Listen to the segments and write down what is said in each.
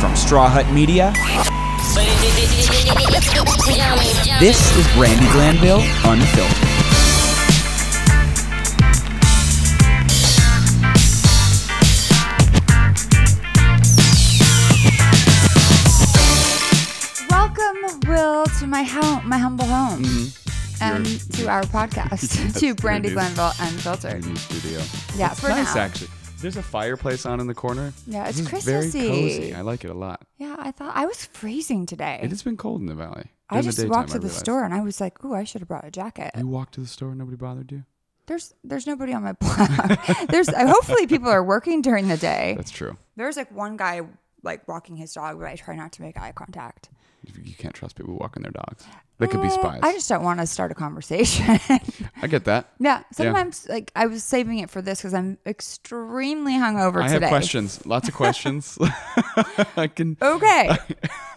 From Straw Hut Media, This this is Brandy Glanville Unfiltered. Welcome, Will, to my home, my humble home, and Your- to our podcast, to your Brandy new- Glenville Unfiltered. new studio. Yeah, for Mm-hmm. nice now. actually. There's a fireplace on in the corner. Yeah, it's This is Christmassy. Very cozy. I like it a lot. Yeah, I thought I was freezing today. It has been cold in the valley. I During the just daytime, walked I to the realized. Mm. store and I was like, "Ooh, I should have brought a jacket." You walked to the store. and Nobody bothered you. There's there's nobody on my block. there's uh, hopefully people are working during the day. That's true. There's like one guy like walking his dog, but I try not to make eye contact. You- You can't trust people walking their dogs. They could be Eh, spies. I just don't want to start a conversation. I get that. Yeah, sometimes like I was saving it for this because I'm extremely hungover I today. have questions. Lots of questions. I can. Okay.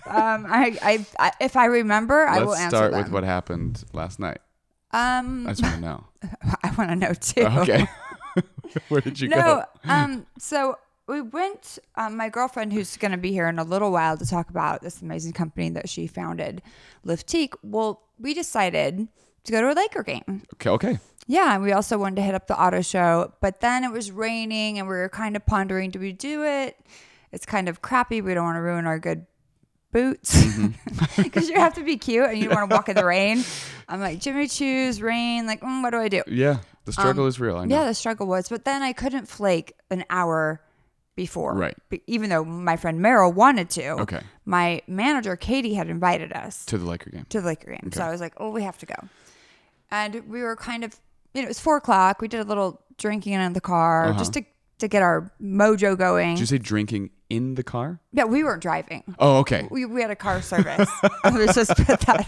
um, I, I, I, if I remember, I will let's answer start them. with what happened last night. I Um, just want to know. I want to know too. Okay. Where did you No. go? Um. So we went. Um, my girlfriend, who's going to be here in a little while, to talk about this amazing company that she founded, Liftique. Well, we decided to go to a Laker game. Okay. Okay. Yeah, and we also wanted to hit up the auto show, but then it was raining and we were kind of pondering do we do it? It's kind of crappy. We don't want to ruin our good boots Mm-hmm. because you have to be cute and you don't want to walk in the rain. I'm like, Jimmy Choo's, rain. Like, mm, what do I do? Yeah. The struggle is real. I know. Um, Yeah, the struggle was, but then I couldn't flake an hour before. Right. Be- Even though my friend Meryl wanted to. Okay. My manager, Katie, had invited us To the Laker game. to the Laker game. So I was like, oh, we have to go. And we were kind of, you know, it was four o'clock. We did a little drinking in the car Uh-huh. just to, to get our mojo going. Did you say drinking in the car? yeah, we weren't driving. Oh, okay. We, we had a car service. Let's just put that.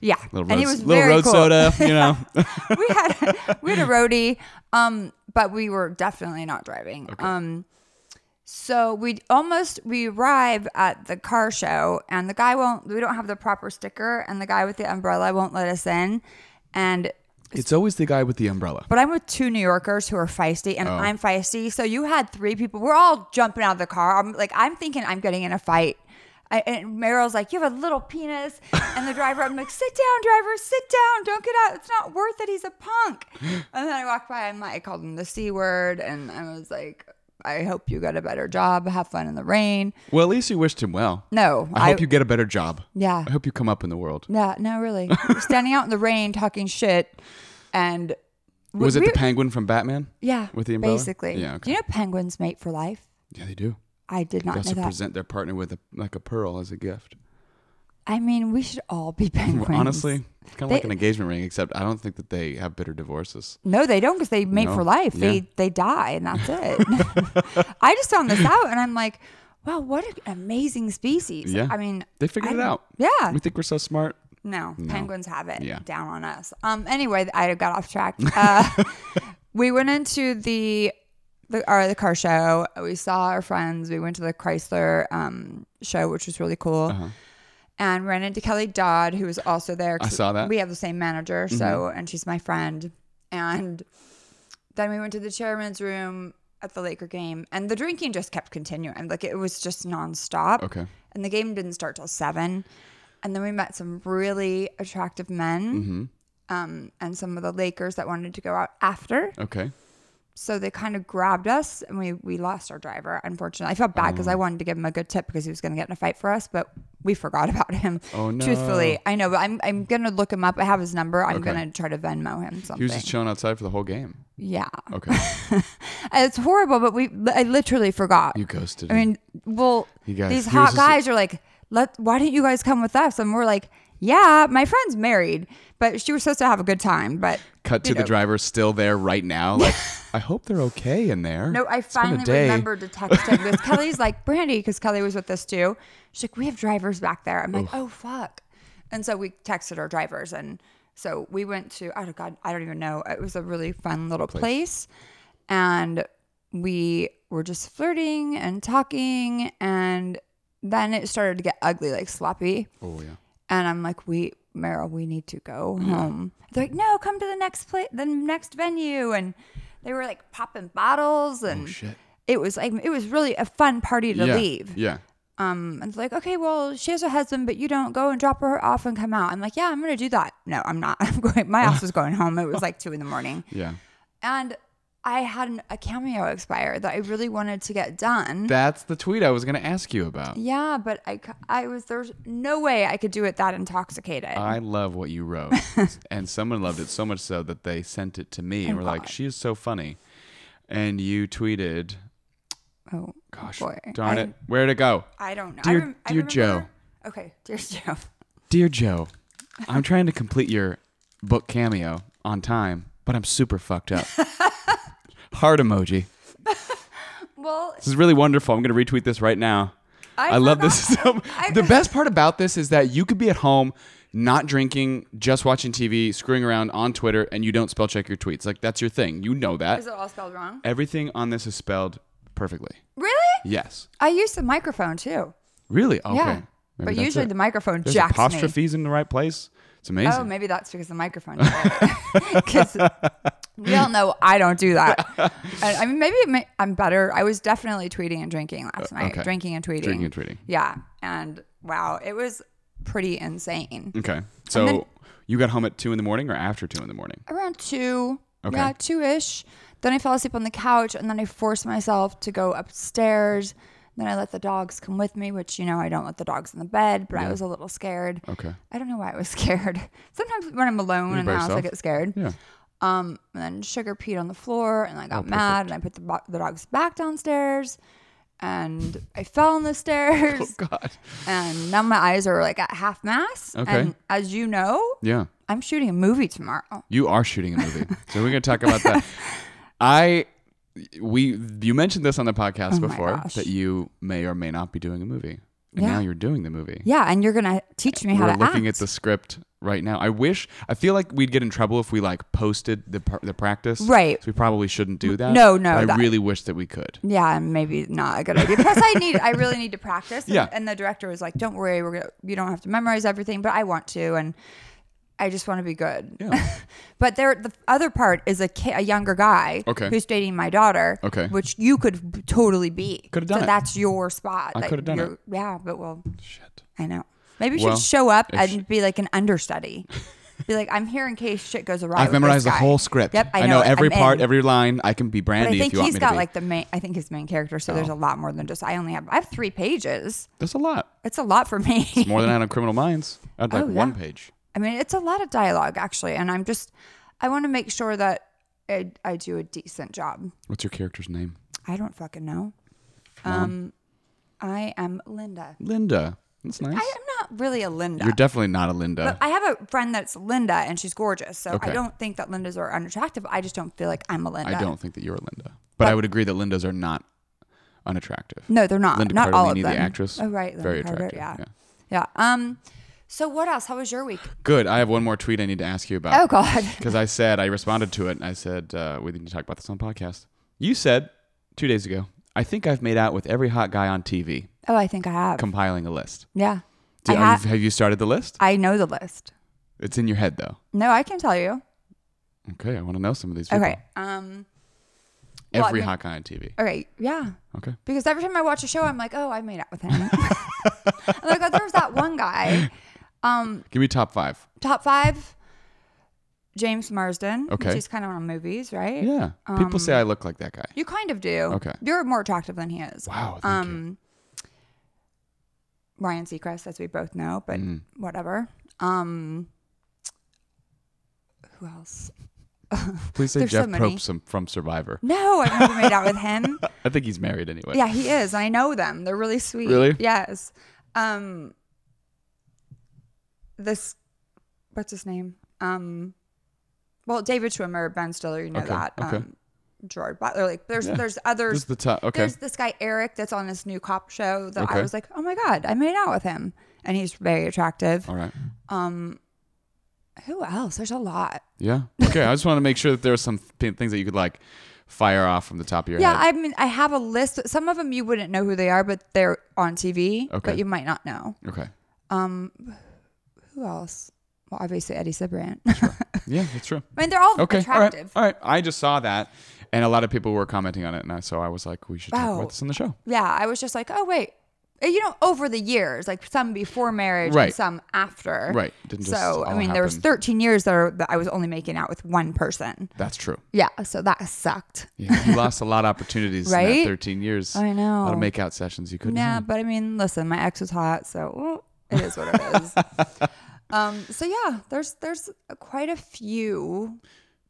Yeah. Little and road, it was little very road cool. soda, you know. we had we had a roadie, um, but we were definitely not driving. Um, so we almost we arrive at the car show, and the guy won't. We don't have the proper sticker, and the guy with the umbrella won't let us in. And it's always the guy with the umbrella. but I'm with two New Yorkers who are feisty, Oh. and I'm feisty. So you had three people. We're all jumping out of the car. I'm like, I'm thinking I'm getting in a fight. I, and Meryl's like, you have a little penis. And the driver, I'm like, sit down, driver, sit down. Don't get out. It's not worth it. He's a punk. And then I walked by. I'm like, I called him the C word. And I was like, I hope you got a better job. Have fun in the rain. Well, at least you wished him well. No. I, hope you get a better job. Yeah. I hope you come up in the world. Yeah, no, really. Standing out in the rain, talking shit. And we- Was it we- the penguin from Batman? Yeah. With the umbrella? Basically. Yeah, okay. Do you know penguins mate for life? Yeah, they do. I did They not know also that. present their partner with a, like a pearl as a gift. I mean, we should all be Well, penguins. honestly, it's kind of like They- an engagement ring, except I don't think that they have bitter divorces. No, they don't because they mate No. for life. Yeah. They they die and that's it. I just found this out and I'm like, wow, what an amazing species. Yeah. I mean, They figured I it don't- out. Yeah. We think we're so smart. No, penguins have it Yeah. down on us. Um. Anyway, I got off track. Uh, we went into the the our the car show. We saw our friends. We went to the Chrysler um show, which was really cool. And ran into Kelly Dodd, who was also there. 'cause Uh-huh. I saw that. Mm-hmm. We have the same manager, so and she's my friend. And then we went to the chairman's room at the Laker game, and the drinking just kept continuing. Like it was just nonstop. Okay. And the game didn't start till seven. And then we met some really attractive men Mm-hmm. um, and some of the Lakers that wanted to go out after. Okay. So they kind of grabbed us and we, we lost our driver, unfortunately. I felt bad Oh. because I wanted to give him a good tip because he was going to get in a fight for us, but we forgot about him. Oh, no. Truthfully, I know, but I'm, I'm going to look him up. I have his number. I'm Okay. going to try to Venmo him something. He was just chilling outside for the whole game. yeah. Okay. It's horrible, but we I literally forgot. You ghosted I him. mean, well, You guys- these he was hot just- guys are like, let. Why didn't you guys come with us? And we're like, yeah, my friend's married, but she was supposed to have a good time. But Cut to you the know. driver still there right now. Like, I hope they're okay in there. No, I It's been a finally day. remembered to text him because Kelly's like, Brandy, because Kelly was with us too. She's like, we have drivers back there. I'm like, oh, fuck. And so we texted our drivers. And so we went to, oh, God, I don't even know. It was a really fun little place. And we were just flirting and talking. And then it started to get ugly, like sloppy. Oh, yeah. And I'm like, we, Meryl, we need to go home. They're like, no, come to the next place, the next venue. And they were like popping bottles and Oh, Shit. it was like, it was really a fun party to yeah. leave. Yeah. Um, and it's like, okay, well, she has a husband, but you don't go and drop her off and come out. I'm like, yeah, I'm gonna do that. No, I'm not. I'm going. My ass was going home. It was like two in the morning, Yeah. and I had an, a cameo expire that I really wanted to get done. That's the tweet I was going to ask you about. yeah, but I, c- I was there's no way I could do it that intoxicated. I love what you wrote. and someone loved it so much so that they sent it to Oh, me and were like, she is so funny. And you tweeted, oh gosh, boy, darn I- it, where'd it go? I don't know. Dear- I rem- I dear remember- Joe. Okay, dear Joe. Dear Joe, I'm trying to complete your book cameo on time, but I'm super fucked up. Heart emoji. Well, This is really wonderful. I'm going to retweet this right now. I I, love forgot- this. So, I- the best part about this is that you could be at home, not drinking, just watching TV, screwing around on Twitter, and you don't spell check your tweets. Like that's your thing. You know that. Is it all spelled wrong? Everything on this is spelled perfectly. Really? Yes. I used the microphone too. Really? Okay. Yeah. Maybe but that's usually it. the microphone There's jacks me. apostrophes in the right place. It's amazing. Oh, maybe that's because the microphone. Because we all know I don't do that. And, I mean, maybe it may, I'm better. I was definitely tweeting and drinking last night. Uh, okay. Drinking and tweeting. Drinking and tweeting. Yeah. And wow, it was pretty insane. Okay. So you got home at two in the morning or after two in the morning? Around two. Okay. Yeah, two ish. Then I fell asleep on the couch and then I forced myself to go upstairs. Then I let the dogs come with me, which, you know, I don't let the dogs in the bed, but I was a little scared. Okay. I don't know why I was scared. Sometimes when I'm alone in by the house, I yourself? get scared. Yeah. Oh, Um, and then Sugar peed on the floor, and I got mad, and I put the, bo- the dogs back downstairs, and I fell on the stairs, Oh, God. and now my eyes are like at half mast. Okay. And as you know, Yeah. I'm shooting a movie tomorrow. You are shooting a movie. so we're going to talk about that. I we you mentioned this on the podcast Oh my before gosh. that you may or may not be doing a movie. And Yeah. now you're doing the movie. Yeah, and you're gonna teach me how We're to looking act. at the script right now. I wish I feel like we'd get in trouble if we like posted the par- the practice. Right. So we probably shouldn't do that. no, no, But I that- really wish that we could. yeah, and maybe not a good idea. Plus, I need, I really need to practice. And, Yeah. and the director was like, "Don't worry, we're gonna, you don't have to memorize everything, but I want to, and I just want to be good." Yeah. But there, the other part is a ki- a younger guy Okay. who's dating my daughter. Okay. which you could b- totally be. Could've done so it. That's your spot. I could've done you're- Yeah, but well, Shit. I know. Maybe you Well, should show up if- and be like an understudy. be like, I'm here in case shit goes awry. I've with this memorized the guy." whole script. Yep, I know, know, every I'm part, in. every line. I can be But I Brandy if think you want he's me got to be. Oh. like the main. I think his main character. So there's a lot more than just. I only have. I have three pages. That's a lot. It's a lot for me. More than I had on Criminal Minds. I had like Oh, yeah. one page. I mean, it's a lot of dialogue actually, and I'm just. I want to make sure that I, I do a decent job. What's your character's name? I don't fucking know. Um, I am Linda. Linda. That's nice. I am not really a Linda. You're definitely not a Linda. but I have a friend that's Linda, and she's gorgeous. So Okay. I don't think that Lindas are unattractive. I just don't feel like I'm a Linda. I don't think that you're Linda. But I would agree that Lindas are not unattractive. No, they're not. Linda not all of Cardellini, them. the actress, Oh right, Linda very Carter, attractive, Yeah. yeah, Um. So what else? How was your week? Good. I have one more tweet I need to ask you about. Oh God. Because I said, I responded to it and I said, uh, we need to talk about this on the podcast. You said two days ago, I think I've made out with every hot guy on TV, Oh, I think I have. compiling a list. yeah. Do, I, have, ha- you, have you started the list? I know the list. It's in your head, though. No, I can tell you. Okay. I want to know some of these people. Okay. Um. well, I Every mean- hot guy on TV. Okay. Yeah. Okay. Because every time I watch a show, I'm like, oh, I made out with him. I'm like, oh, there's that one guy. Um, Give me top five. top five, James Marsden. Okay. Which he's kind of on movies, right? Yeah. people um, say I look like that guy. You kind of do. Okay. You're more attractive than he is. Wow. Thank you. Um, Ryan Seacrest, as we both know, but Mm. whatever. Um, who else? Please say there's so Jeff many. Probst some, from Survivor. No, I've never made out with him. I think he's married anyway. Yeah, he is. I know them. They're really sweet. Really? Yes. Um this what's his name? Um well, David Schwimmer, Ben Stiller, you know Okay, that. okay. Um Gerard Butler, like there's Yeah. there's This others is the top. Okay. there's this guy Eric that's on this new cop show that Okay. I was like, "Oh my god, I made out with him." And he's very attractive. All right. Um who else? There's a lot. Yeah. Okay. I just want to make sure that there are some th- things that you could like fire off from the top of your Yeah, head. I mean, I have a list. Some of them you wouldn't know who they are, but they're on TV, Okay. but you might not know. okay. Um, who else? Well, obviously Eddie Cibrian. Yeah, that's true. I mean, they're all Okay. All right. attractive. All right. I just saw that, and a lot of people were commenting on it, and I, so I was like, we should talk Wow. about this on the show. Yeah, I was just like, oh wait, you know, over the years, like some before marriage Right. and some after. Right. Didn't just so, I all mean, there was happen. 13 years there that I was only making out with one person. That's true. Yeah. So that sucked. Yeah, you lost a lot of opportunities in Right? that 13 years. I A lot know. of makeout sessions you couldn't Yeah, have. but I mean, listen, my ex was hot, so ooh, it is what it is. um, so yeah, there's there's quite a few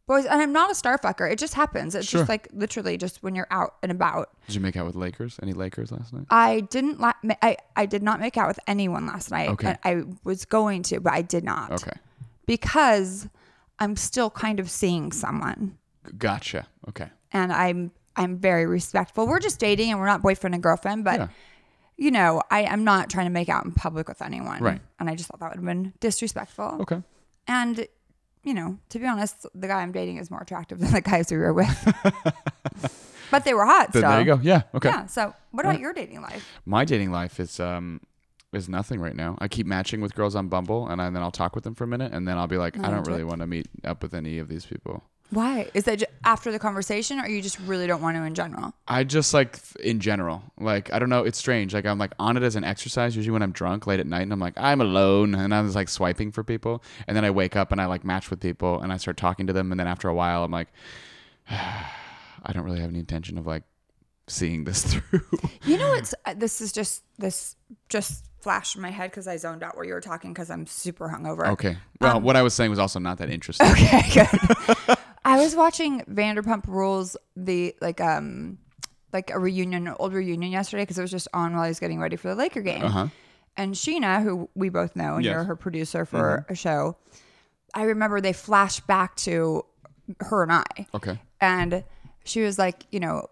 boys, and I'm not a star fucker. It just happens. It's Sure. just like literally just when you're out and about. Did you make out with Lakers? Any Lakers last night? I didn't. La- ma- I I did not make out with anyone last night. Okay. And I was going to, but I did not. Okay. Because I'm still kind of seeing someone, G- Gotcha. Okay. and I'm I'm very respectful. We're just dating, and we're not boyfriend and girlfriend, but. Yeah. you know, I am not trying to make out in public with anyone. Right. And I just thought that would have been disrespectful. Okay. And, you know, to be honest, the guy I'm dating is more attractive than the guys we were with. but they were hot. Then so. there you go. Yeah. Okay. Yeah. So, what about your dating life? My dating life is um is nothing right now. I keep matching with girls on Bumble, and I, then I'll talk with them for a minute, and then I'll be like, I don't really want to meet up with any of these people. Why is that? ju- after the conversation, or you just really don't want to in general? I just like f- in general, like I don't know, it's strange. Like I'm like on it as an exercise usually when I'm drunk late at night, and I'm like I'm alone, and I'm just like swiping for people, and then I wake up and I like match with people, and I start talking to them, and then after a while, I'm like, I don't really have any intention of like seeing this through. You know, it's uh, this is just this just flashed in my head because I zoned out where you were talking because I'm super hungover. okay. Well, what I was saying was also not that interesting. Okay, good. I was watching Vanderpump Rules, the like um like a reunion, an old reunion yesterday because it was just on while I was getting ready for the Laker game. And Sheena, who we both know, and you're Uh-huh. Yes. Mm-hmm. her producer for a show, I remember they flashed back to her and I. Okay. And she was like, you know,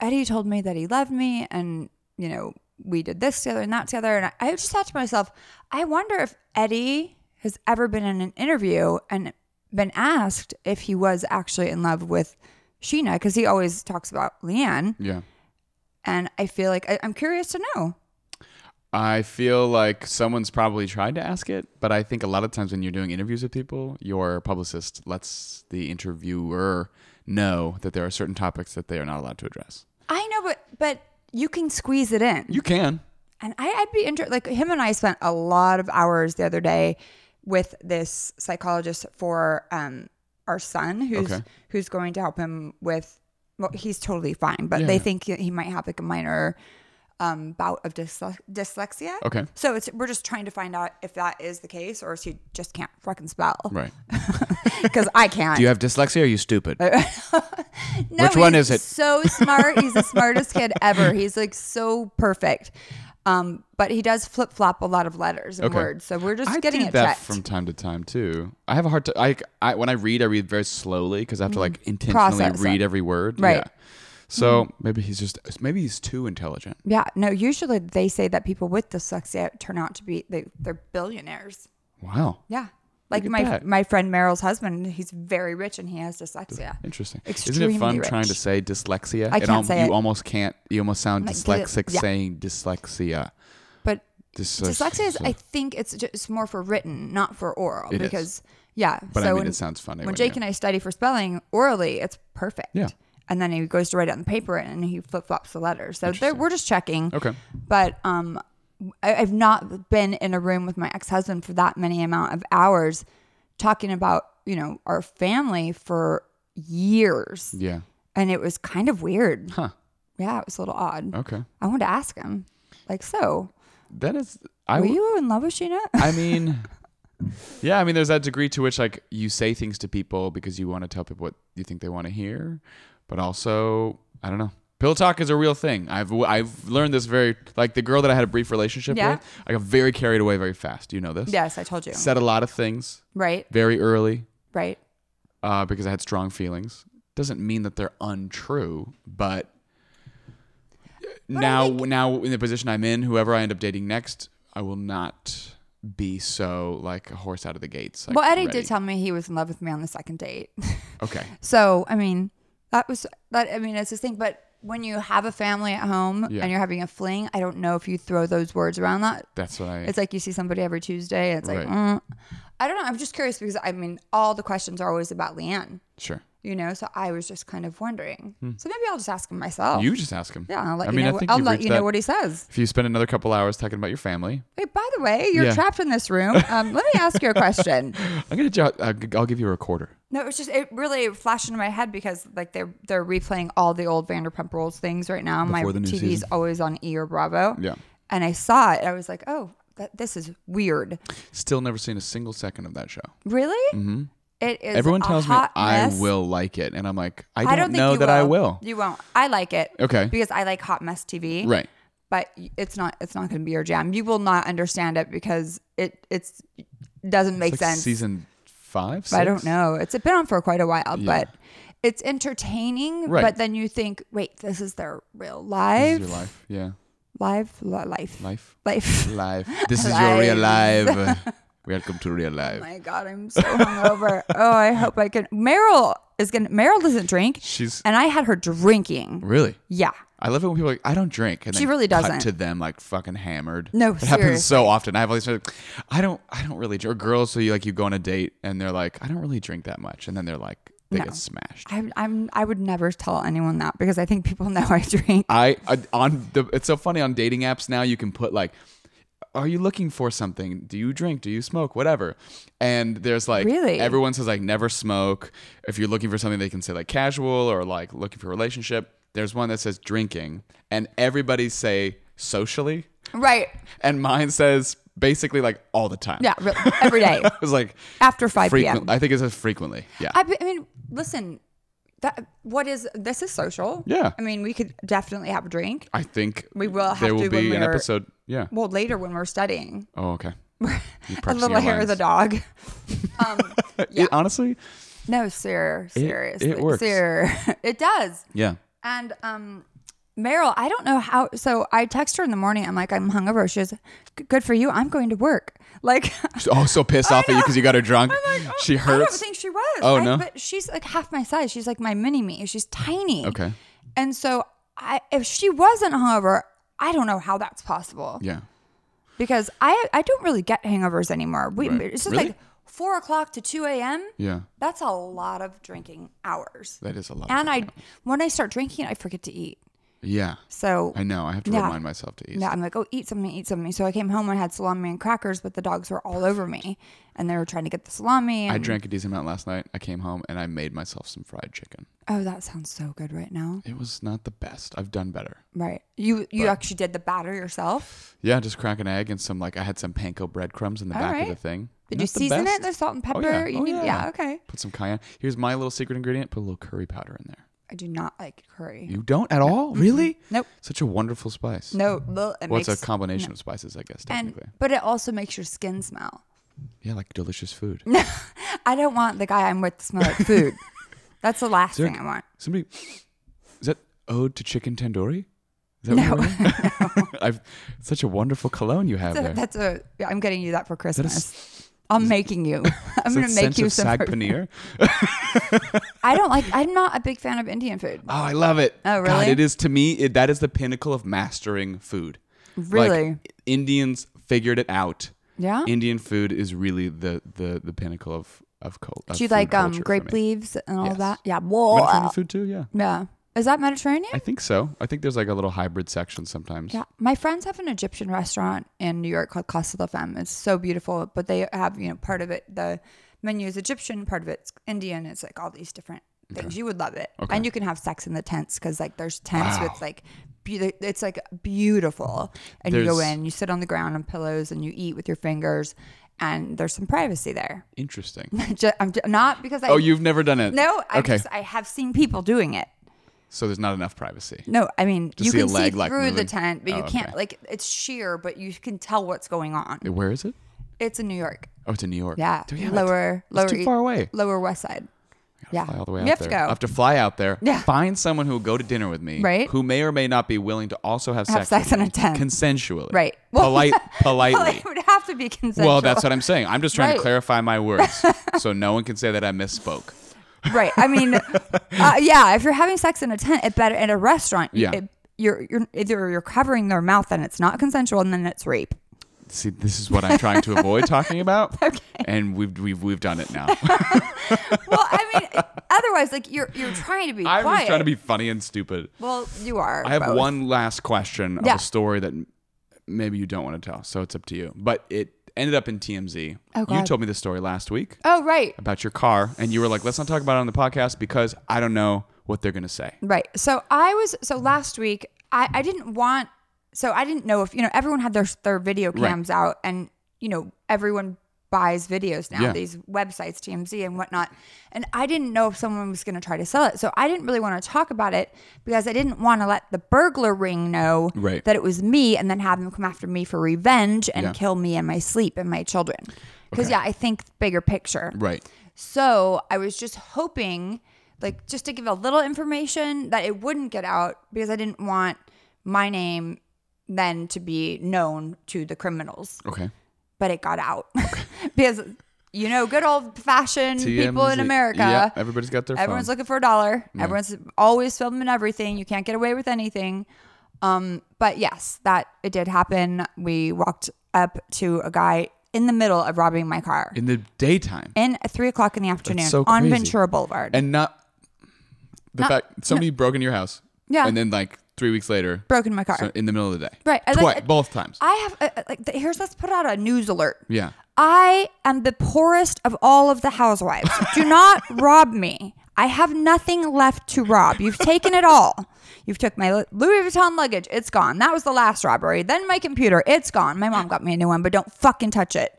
Eddie told me that he loved me and, you know, we did this together and that together. And I, I just thought to myself, I wonder if Eddie has ever been in an interview and been asked if he was actually in love with Sheena, because he always talks about Leanne. Yeah. And I feel like I, I'm curious to know. I feel like someone's probably tried to ask it, but I think a lot of times when you're doing interviews with people, your publicist lets the interviewer know that there are certain topics that they are not allowed to address. I know, but but you can squeeze it in. You can. And I, I'd be interested. Like him and I spent a lot of hours the other day with this psychologist for um, our son, who's Okay. who's going to help him with. Well, he's totally fine, but they think he might have like a minor um, bout of dysle- dyslexia. Okay. So it's we're just trying to find out if that is the case, or if she just can't fucking spell. Right. Because I can't. Do you have dyslexia or are you stupid? Uh, No, Which one he's is it? So smart. He's the smartest kid ever. He's like so perfect. Um, but he does flip flop a lot of letters and Okay. words. So we're just I getting do it that checked. from time to time too. I have a hard time. I, I when I read, I read very slowly because I have to like intentionally Mm-hmm. Process read it. every word. Right. Mm-hmm. Yeah. So maybe he's just maybe he's too intelligent. yeah. No, usually they say that people with dyslexia turn out to be they, they're billionaires. Wow. Yeah. Like at my that. my friend Meryl's husband, he's very rich and he has dyslexia. Interesting. Isn't Extremely it fun trying rich. to say dyslexia? I It can't al- say you it. almost can't. You almost sound Like, get it- dyslexic yeah. saying dyslexia. But Dys- dyslexia is, I think it's just more for written, not for oral. It is. because yeah. But so I mean, when- it sounds funny. when Jake and I study for spelling orally, it's perfect. Yeah. And then he goes to write it on the paper and he flip flops the letters. So there- we're just checking. Okay. But um, I, I've not been in a room with my ex husband for that many amount of hours talking about, you know, our family for years. Yeah. And it was kind of weird. Huh. Oh. Yeah, it was a little odd. Okay. I wanted to ask him, like, so That is. I. were w- you in love with Sheena? I mean. Yeah, I mean, there's that degree to which like you say things to people because you want to tell people what you think they want to hear, but also I don't know. Pill talk is a real thing. I've w- I've learned this very like the girl that I had a brief relationship Yeah. with. I got very carried away very fast. You know this. yes, I told you. Said a lot of things right, very early. right. uh, because I had strong feelings. Doesn't mean that they're untrue, but, now, now in the position I'm in, whoever I end up dating next, I will not be so like a horse out of the gates. Like, Well, Eddie ready. did tell me he was in love with me on the second date. Okay, So I mean, that was that. I mean, it's this thing. But when you have a family at home Yeah. and you're having a fling, I don't know if you throw those words around. That that's what I. it's like you see somebody every Tuesday. And it's like Right. mm. I don't know. I'm just curious because I mean, all the questions are always about Leanne, sure. You know, so I was just kind of wondering. So maybe I'll just ask him myself. Hmm. You just ask him. oh. yeah, I'll let I you mean, know. I what- think I'll you've let reached you know that- what he says. If you spend another couple hours talking about your family, Wait, by the way, you're Yeah. trapped in this room. Um, let me ask you a question. I'm gonna. Jo- I'll g- I'll give you a recorder. No, it was just it really flashed into my head because like they're they're replaying all the old Vanderpump Rules things right now. Before my the new TV's season. always on E or Bravo. Yeah. and I saw it. and I was like, oh, that, this is weird. Still never seen a single second of that show. Really? Mm-hmm. It is. Everyone a tells me hot I mess. will like it, and I'm like, I don't, I don't think know you that will. I will. You won't. I like it. Okay. Because I like hot mess TV. Right. But y- it's not. It's not going to be your jam. You will not understand it because it it's doesn't make It's like sense. season five. I don't six? know. It's been on for quite a while, Yeah. but it's entertaining. Right. But then you think, wait, this is their real This life, is your life. Yeah. live li- life, Life. life. Live. This is your real life. Welcome to real Oh life. my god, I'm so hungover. oh, I hope I can. Meryl is gonna. Meryl doesn't drink. She's and I had her drinking. really. Yeah. I love it when people are like, I don't drink. And She then really cut doesn't. to them like fucking hammered. No, it happens seriously. so often. I have all these friends, like, I don't, I don't really drink. Or girls, so you like you go on a date and they're like, I don't really drink that much, and then they're like, they No. get smashed. I, I'm. I would never tell anyone that because I think people know I drink. I, I on the it's so funny on dating apps now you can put like are you looking for something? Do you drink? Do you smoke? Whatever. And there's like Really? everyone says like never smoke. If you're looking for something they can say like casual or like looking for a relationship. There's one that says drinking and everybody say socially Right. and mine says basically like all the time. Yeah. re- Every day It was like after five p.m. frequent I think it says frequently. Yeah. I, be- I mean, listen. That what is this is social. Yeah. I mean, we could definitely have a drink. I think We will have there to will when be an we're- episode. Yeah. Well, later when we're studying, Oh, okay. You're a practicing little your hair of lines. the dog. um, yeah. It- honestly, no, sir. Seriously, it works. Sir, it does. yeah. And um, Meryl, I don't know how. So I text her in the morning. I'm like, I'm hungover. She goes, "G- "Good for you. I'm going to work." Like, oh, so pissed off at you because you got her drunk. I'm like, oh, she I don't hurts. think she was. Oh, I- no? But she's like half my size. She's like my mini me. She's tiny. Okay. And so, I if she wasn't hungover, I don't know how that's possible yeah. because I I don't really get hangovers anymore. We Right. it's just Really? like four o'clock to two a.m. Yeah. That's a lot of drinking hours. That is a lot. of And I drinking. when I start drinking, I forget to eat. Yeah. So I know. I have to Yeah. remind myself to eat. Yeah, I'm like, oh, eat something, eat something. So I came home and had salami and crackers, but the dogs were all over me, and they were trying to get the salami. And, I drank a decent amount last night. I came home and I made myself some fried chicken. Oh, that sounds so good right now. It was not the best. I've done better. Right, you you actually did the batter yourself. Yeah, just crack an egg and some like I had some panko breadcrumbs in the All back right. of the thing. Did Not you the season it? best. There's salt and Oh, pepper. yeah. You Oh, need, yeah. yeah. okay. Put some cayenne. Here's my little secret ingredient. Put a little curry powder in there. I do not like curry. You don't at all? Really? Nope. Such a wonderful spice. no, bleh, it Well, it's a makes- combination of spices, I guess, and technically. but it also makes your skin smell. yeah, like delicious food. I don't want the guy I'm with to smell like food. That's the last there- thing I want. Somebody, is that ode to chicken tandoori? Is that what we're wearing? I've such a wonderful cologne you have That's there. a, that's a yeah, I'm getting you that for that a Christmas. s- I'm making you. I'm is that gonna make scent you of some. sag fruit. paneer? I don't like. I'm not a big fan of Indian food. Oh, I love it. Oh, God, really? it is to me. It, that is the pinnacle of mastering food. Like, Really? Indians figured it out. Yeah. Indian food is really the the the pinnacle of of, cult, of Do you food like um culture for grape me. leaves and all Yes. that? Yeah. Whoa. Mediterranean food too? Yeah. Yeah. Is that Mediterranean? I think so. I think there's like a little hybrid section sometimes. yeah. My friends have an Egyptian restaurant in New York called Casa La Femme. It's so beautiful, but they have you know part of it the menu is Egyptian, part of it's Indian. It's like all these different things. You would love it, and you can have sex in the tents because like there's tents with like. beau- It's like beautiful, and you go There's- in. You sit on the ground on pillows, and you eat with your fingers, and there's some privacy there. Interesting. Ju- I'm ju- not because I. Oh, you've never done it? No, I okay. just I have seen people doing it. so there's not enough privacy. No, I mean you see a can see leg, through like, the moving? tent, but you Oh, can't okay. like it's sheer, but you can tell what's going on. Where is it? It's in New York. Oh, it's in New York. Yeah, Damn it. lower It's lower too e- far away. Lower West Side. Yeah, Fly all the way you out have there. to go. I have to fly out there. Yeah. Find someone who will go to dinner with me. Right. Who may or may not be willing to also have, Have sex sex in a with me, tent. consensually. Right. Well- Polite. Politely. well, it would have to be consensual. Well, that's what I'm saying. I'm just trying Right. to clarify my words so no one can say that I misspoke. right. I mean, uh, yeah, if you're having sex in a tent, it better in a restaurant. Yeah. it- you're you're either you're covering their mouth and it's not consensual, and then it's rape. see, this is what I'm trying to avoid talking about. Okay. And we've we've we've done it now. Well, I mean, otherwise, like you're you're trying to be I'm quiet. just trying to be funny and stupid. Well, you are. I have both. one last question Yeah. of a story that m- maybe you don't want to tell, so it's up to you. But it ended up in TMZ. Oh, you God. told me this story last week Oh right, about your car, and you were like, "Let's not talk about it on the podcast because I don't know what they're gonna say." right. So I was so last week. I I didn't want. So I didn't know if you know everyone had their their video cams out, and you know everyone buys videos now. Yeah. These websites, TMZ and whatnot. And I didn't know if someone was going to try to sell it, so I didn't really want to talk about it because I didn't want to let the burglar ring know Right. that it was me, and then have them come after me for revenge and Yeah. kill me and my sleep and my children. Because Okay. yeah, I think bigger picture. Right. So I was just hoping, like, just to give a little information that it wouldn't get out because I didn't want my name then to be known to the criminals. Okay. But it got out because, you know, good old fashioned people in TMZ. America. Yeah, everybody's got their. Everyone's phone. looking for a dollar. Everyone's always filming everything. You can't get away with anything. Um, but yes, that it did happen. We walked up to a guy in the middle of robbing my car in the daytime. in at three o'clock in the afternoon so on crazy. Ventura Boulevard. and not the fact somebody broke into your house. Yeah. And then like three weeks later, broken my car. so in the middle of the day. Right, I Twice, like- both times. I have uh, uh, like the, here's let's put out a news alert. yeah. I am the poorest of all of the housewives. Do not rob me. I have nothing left to rob. You've taken it all. You've took my Lu- Louis Vuitton luggage. It's gone. That was the last robbery. Then my computer. It's gone. My mom got me a new one, but don't fucking touch it.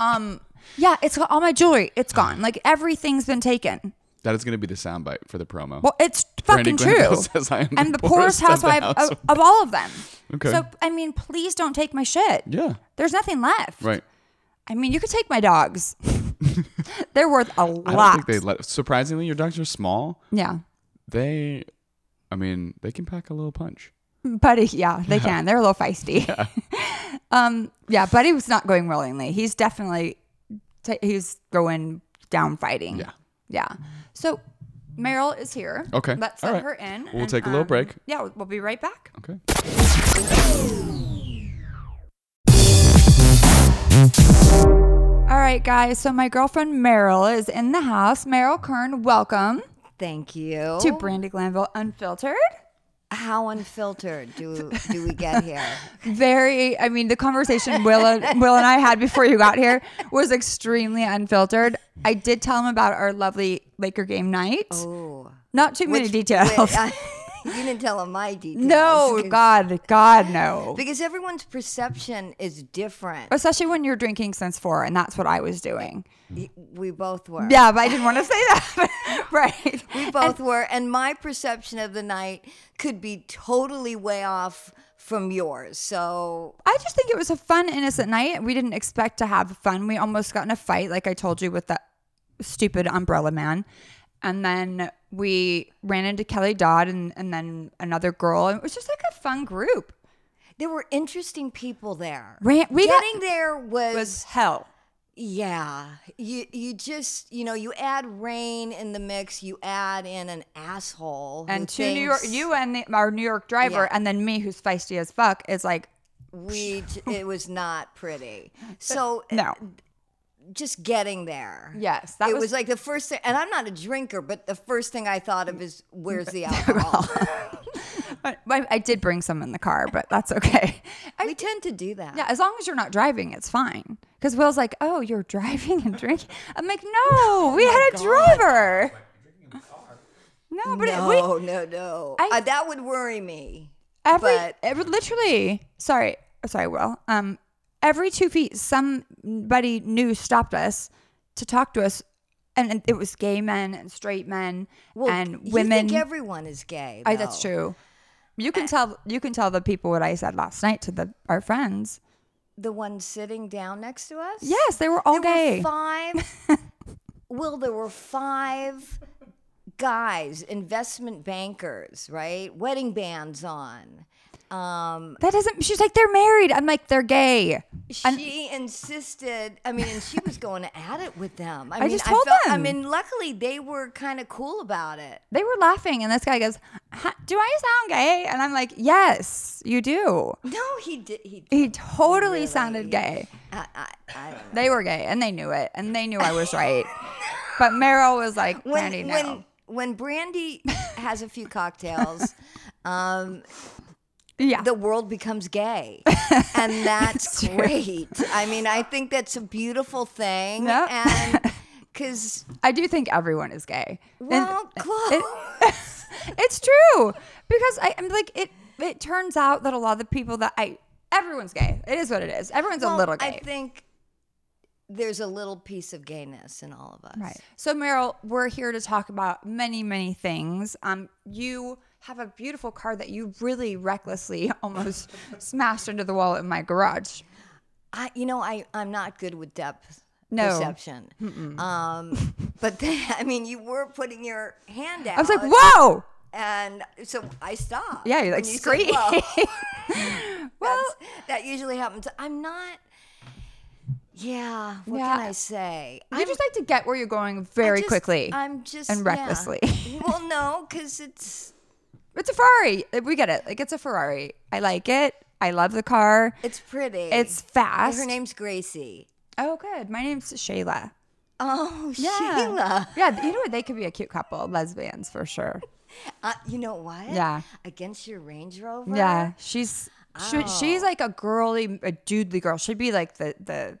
Um, yeah, it's got all my jewelry. It's gone. Like everything's been taken. That is going to be the soundbite for the promo. Well, it's Brandy fucking true. Glanville says, "I am the I'm the poorest poorest, of the housewife of, housewife." of all of them. Okay. So I mean, please don't take my shit. yeah. There's nothing left. Right. I mean, you could take my dogs. They're worth a I lot. don't think they let. Surprisingly, your dogs are small. yeah. They, I mean, they can pack a little punch. Buddy, yeah, they can. They're a little feisty. um, yeah, Buddy was not going willingly. He's definitely t- he's going down fighting. Yeah. Yeah. So Meryl is here. Okay. Let's All let right. her in. um, We'll take a little break. Yeah, we'll, we'll be right back. Okay. All right, guys. So my girlfriend Meryl is in the house. Meryl Kern, welcome Thank you. to Brandy Glanville Unfiltered. How unfiltered do do we get here? Very, I mean, the conversation Will and, Will and I had before you got here was extremely unfiltered. I did tell him about our lovely Laker game night. Ooh. Not too many Which- details. wait, I- you didn't tell them my details. no, God, God, no. Because everyone's perception is different. Especially when you're drinking since four, and that's what I was doing. We both were. Yeah, but I didn't want to say that. right. We both were. And my perception of the night could be totally way off from yours. So I just think it was a fun, innocent night. We didn't expect to have fun. We almost got in a fight, like I told you, with that stupid umbrella man. And then we ran into Kelly Dodd and, and then another girl. And it was just like a fun group. there were interesting people there. Ran, we got Getting there was, was hell. yeah. You you just you know you add rain in the mix. You add in an asshole who And two New York, thinks- you and the, our New York driver, Yeah. and then me, who's feisty as fuck, is like, we j- it was not pretty. So no. just getting there. Yes, that it was- was, like the first thing, and I'm not a drinker, but the first thing I thought of is where's the alcohol? I, I did bring some in the car, but that's okay. I we tend to do that. Yeah, as long as you're not driving, it's fine. Because Will's like, oh, you're driving and drinking. I'm like, Oh no, we had a driver. No, but it, we, no, no, no. I- Uh, that would worry me. every, but- every literally, sorry, sorry, Will. Um, every two feet, somebody new stopped us to talk to us, and, and it was gay men and straight men and You women. think everyone is gay. I, that's though. true. You Eh. can tell you can tell the people what I said last night to the our friends. The one sitting down next to us. Yes, they were all There gay. were five. Will, there were five guys, investment bankers, right? Wedding bands on. Um, That doesn't. She's like, they're married. I'm like, they're gay. she insisted. I mean, and she was going at it with them. I, mean, just told I felt, I them. mean, luckily they were kind of cool about it. They were laughing, and this guy goes, "Huh, "Do I sound gay?" And I'm like, "Yes, you do." No, he did. He did. He totally sounded gay. I, I, I don't know. They were gay, and they knew it, and they knew I was right. but Meryl was like, when "Brandy, no." when when Brandy has a few cocktails, um, yeah, the world becomes gay, and that's great. I mean, I think that's a beautiful thing, Yep. and because I do think everyone is gay. And- well, close. it's true because I, I'm like it. It turns out that a lot of the people that I everyone's gay. It is what it is. Everyone's a Well, little gay. I think there's a little piece of gayness in all of us. Right. So, Meryl, we're here to talk about many, many things. Um, you have a beautiful car that you really recklessly almost smashed into the wall in my garage. I, you know, I I'm not good with depth No. perception. Um, but then, I mean, you were putting your hand out. I was like, "Whoa!" And so I stopped. Yeah, you like When said, scream. "Whoa," well, that's- that usually happens. I'm not. Yeah. What Yeah. can I say? you just like to get where you're going very just- quickly. I'm just and yeah. recklessly. well, no, because it's it's a Ferrari. We get it. Like it's a Ferrari. I like it. I love the car. it's pretty. It's fast. Her name's Gracie. Oh, good. My name's Shayla. Oh, Yeah. Sheila. Yeah. You know what? They could be a cute couple. Lesbians for sure. Uh, you know what? Yeah. Against your Range Rover. Yeah, she's she, Oh. she's like a girly, a dudely girl. She'd be like the the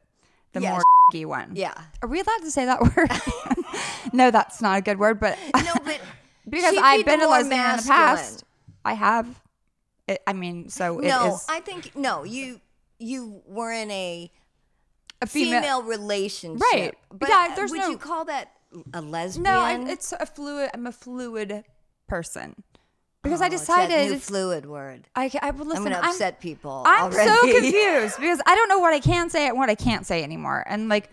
the Yeah, more y one. Yeah. Are we allowed to say that word? no, that's not a good word, but No, but because she'd I've be the been a more lesbian in the past, I have. It, I mean, so it is masculine. No, I think no. You you were in a a female, female. relationship, Right. But Yeah, uh, there's would no- you call that a lesbian? no, I, it's a fluid. I'm a fluid person because I Oh, it's that new decided. fluid word. I, ca- I well, listen. I'm gonna upset people. I'm so already. confused because I don't know what I can say and what I can't say anymore. And like,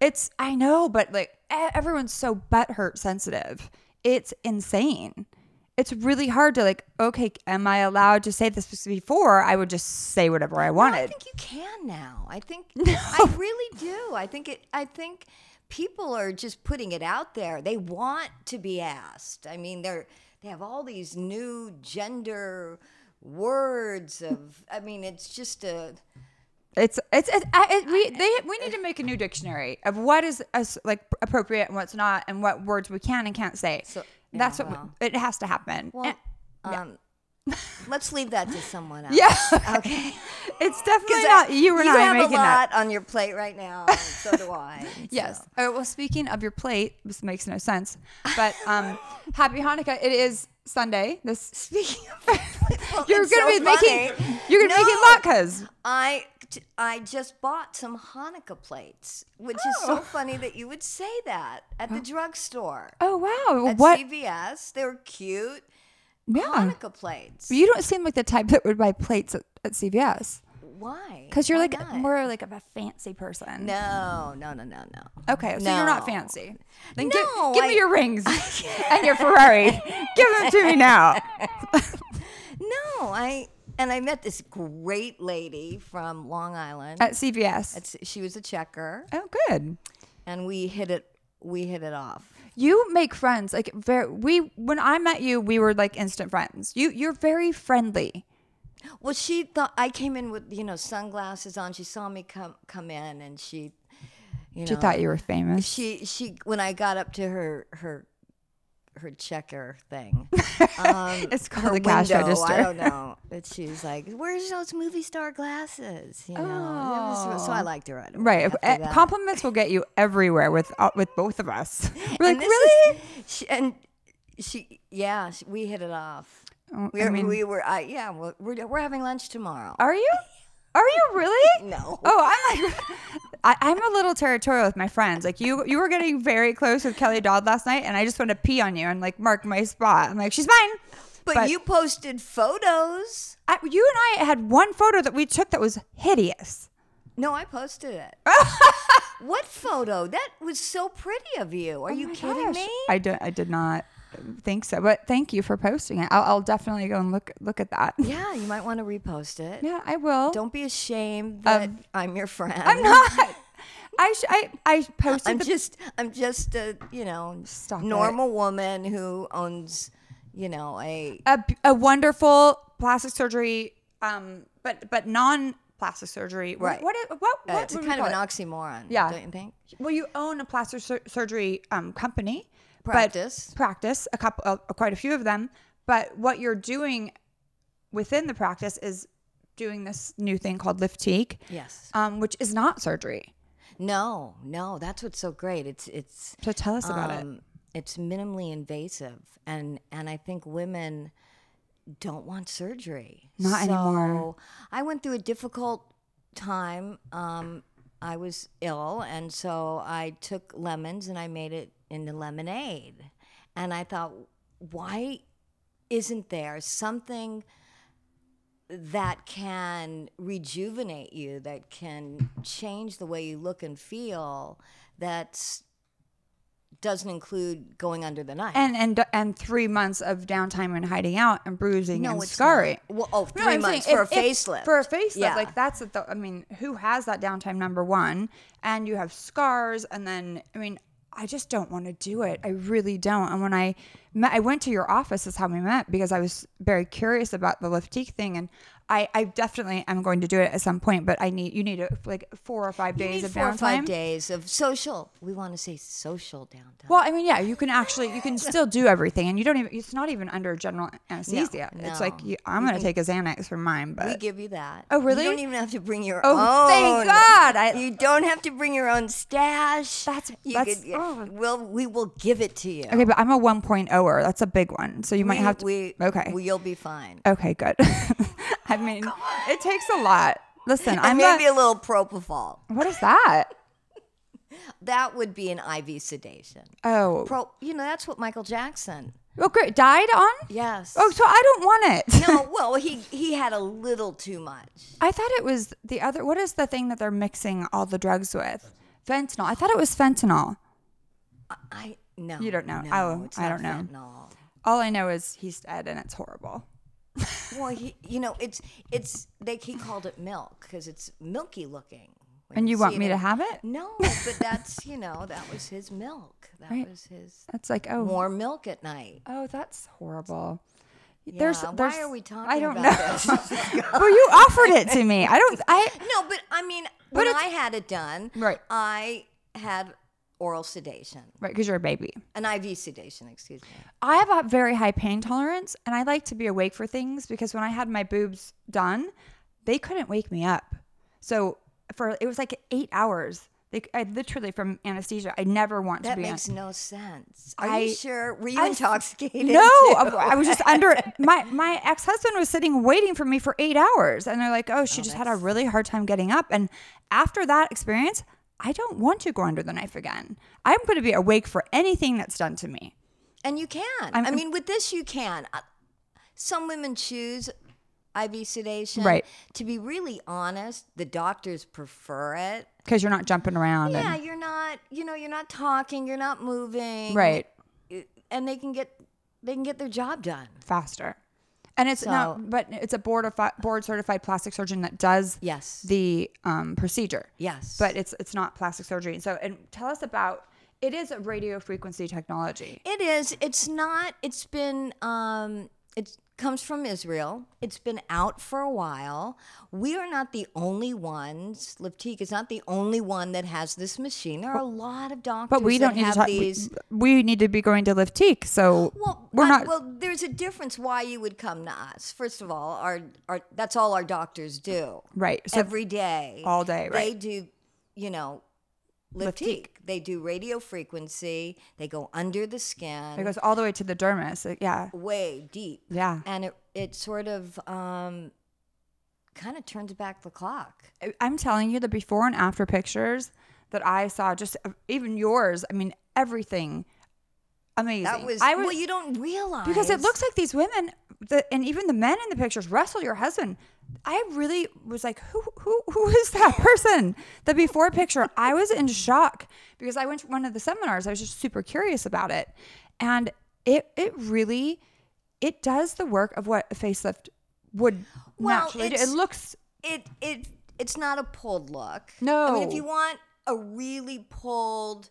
it's I know, but like e- everyone's so butthurt sensitive. It's insane. It's really hard to like. Okay, am I allowed to say this? Because before I would just say whatever I No, I wanted. think you can now. I think I really do. I think it. I think people are just putting it out there. They want to be asked. I mean, they're they have all these new gender words of. I mean, it's just a. It's it's, it's I, it, we they we need to make a new dictionary of what is as, like appropriate and what's not, and what words we can and can't say. So- That's yeah, what well. it has to happen. Well, um, let's leave that to someone else. yeah, Okay. it's definitely not you and you I have making a that. lot on your plate right now. and So do I. Yes. Oh, well, speaking of your plate, this makes no sense, but um, happy Hanukkah. It is Sunday. This Speaking of, Well, you're it's gonna so be making funny. you're gonna be No. making latkes. I I just bought some Hanukkah plates, which is so funny that you would say that at the drugstore Oh wow! at what? CVS. They were cute yeah. Hanukkah plates. You don't seem like the type that would buy plates at, at CVS Why? because you're Why like not? more like of a fancy person. No, no, no, no, no. Okay, so you're not No. fancy. Then gi- No, give I- me your rings and your Ferrari. give them to me now. No, I and I met this great lady from Long Island. At CVS. It's- she was a checker, Oh, good. and we hit it. We hit it off. You make friends like very. We when I met you, we were like instant friends. You you're very friendly. Well, she thought I came in with you know sunglasses on. She saw me come come in, and she, you She know, thought you were famous. she she when I got up to her her her checker thing, um, It's her called the cash window, register. I don't know, but she's like, "Where's those movie star glasses?" You know, It was- so I liked her right Oh. away. Right, after uh, that. compliments will get you everywhere with uh, with both of us. We're And like, this is- really? she, and she, yeah, she, we hit it off. Oh, We, I were- mean, we were, I, yeah, we're, we're we're having lunch tomorrow. are you? Are you really? No. Oh, I'm like, I, I'm a little territorial with my friends. Like you, you were getting very close with Kelly Dodd last night, and I just want to pee on you and like mark my spot. I'm like, she's mine. but, but- you posted photos. I, you and I had one photo that we took that was hideous. No, I posted it. what photo? That was so pretty of you. Are you Oh my kidding gosh. me? I did. I did not. think so, but thank you for posting it. I'll, I'll definitely go and look look at that. Yeah, you might want to repost it. Yeah, I will. Don't be ashamed that I'm your friend. Um, I'm not. I sh- I I posted I'm the just I'm just a you know Stop it. normal woman who owns you know a a, a wonderful plastic surgery, um, but but non plastic surgery. What- Right. What is- what uh, what it's would we kind of call an it? oxymoron. Yeah. don't you think? Well, you own a plastic sur- surgery um, company, but- Practice. practice a couple, uh, quite a few of them. But what you're doing within the practice is doing this new thing called Liftique, Yes. um, which is not surgery. No, no, that's what's so great. It's it's So tell us about it. um, It's minimally invasive, and and I think women don't want surgery. Not anymore. So I went through a difficult time. Um, I was ill, and so I took lemons and I made it into lemonade. And I thought, why isn't there something that can rejuvenate you, that can change the way you look and feel, that's doesn't include going under the knife. And and and three months of downtime and hiding out and bruising and it's scarring. not. Well, oh, No, three I'm saying months for if- a if- facelift. For a facelift, Yeah. like that's a th- I mean, who has that downtime? Number one, and you have scars, and then I mean, I just don't want to do it. I really don't. And when I met, I went to your office. Is how we met because I was very curious about the liftique thing, and I, I definitely am going to do it at some point. But I need you need uh, like four or five You days need of four downtime. or five days of social. We want to say social downtime. Well, I mean, yeah, you can actually you can still do everything, and you don't even it's not even under general anesthesia. It's like no. you, I'm going to take a Xanax for mine, but we give you that. Oh, You really? don't even have to bring your own. Oh, thank God. I- you don't have to bring your own stash. That's- you that's- could- oh. We'll we will give it to you. Okay, but I'm a 1.0er. er. That's a big one. So you might we, have to. we- okay. we- Oh, you'll be fine. okay, good. I mean, it takes a lot. Listen, I'm and maybe not. a little propofol. What is that? That would be an IV sedation. Oh. Pro, you know, that's what Michael Jackson. oh, great. Died on? Yes. Oh, so I don't want it. no, well, he he had a little too much. I thought it was the other. What is the thing that they're mixing all the drugs with? Fentanyl. I thought it was fentanyl. I no. You don't know. No, Oh, it's I not don't fentanyl. All I know is he's dead and it's horrible. Well, he, you know, it's it's they he called it milk because it's milky looking. when And you see want me it. to have it? No, but that's you know that was his milk. That Right. was his That's like, oh. warm milk at night. Oh, that's horrible. Yeah, there's, why are we talking I don't about know. this? well, you offered it to me. I don't. I. No, but I mean, when it's- I had it done, Right. I had oral sedation, Right, because you're a baby. an IV sedation, excuse me. I have a very high pain tolerance and I like to be awake for things because when I had my boobs done, they couldn't wake me up. So for it was like 8 hours. They, I literally from anesthesia, I never want to That be makes no sense. Are I- you sure? Were you I- intoxicated? No, too? I was just under my my ex husband was sitting waiting for me for eight hours, and they're like, "Oh, she just had a really hard time getting up." And after that experience, I don't want to go under the knife again. I'm going to be awake for anything that's done to me. And you can. i mean, with this, you can. Uh, Some women choose IV sedation. Right. To be really honest, the doctors prefer it. because you're not jumping around. Yeah, and, you're not. You know, you're not talking. You're not moving. right, And they can get they can get their job done. faster. And it's So- not, but it's a board of board certified plastic surgeon that does Yes. the um, procedure. yes. but it's it's not plastic surgery. So, and tell us about it is a radio frequency technology. It is. It's not. It's been. Um, it comes from Israel. It's been out for a while. We are not the only ones. Liptique is not the only one that has this machine. There are a lot of doctors. But we that don't need to have talk. we- these. We, need to be going to Liftique, so Well, we're I- not. Well, there's a difference why you would come to us. First of all, our, our that's all our doctors do. Right, so- every day, All day, They right. do, you know, liptique. They do radio frequency. They go under the skin. it goes all the way to the dermis. Like, yeah, way deep. Yeah. And it it sort of um kind of turns back the clock. I- I'm telling you, the before and after pictures that I saw, just uh, even yours. I mean, everything amazing. That was, I well you don't realize because it looks like these women, the, and even the men in the pictures, wrestle your husband. I really was like, who, who, who is that person? The before picture, I was in shock because I went to one of the seminars. I was just super curious about it, and it it really it does the work of what a facelift would Well, naturally do. It it's- looks it it it's not a pulled look. I No. mean, if you want a really pulled,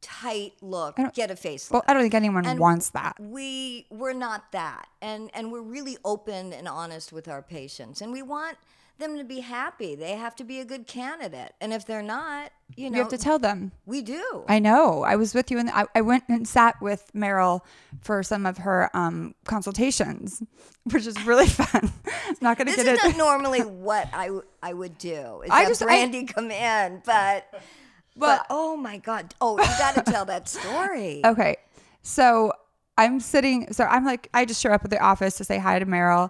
tight look, I don't- get a facelift. well, I don't think anyone And wants that. we we're not that, and and we're really open and honest with our patients, and we want them to be happy. They have to be a good candidate, and if they're not, you You, know, have to tell them. we do. I know. I was with you, and I, I went and sat with Meryl for some of her um, consultations, which is really fun. I'm not going to this get is it. not normally what I w- I would do. Is I have just- I- Brandy come in, but. Well- Oh, but oh my God! Oh, you got to tell that story. Okay. So I'm sitting, so I'm like, I just show up at the office to say hi to Meryl.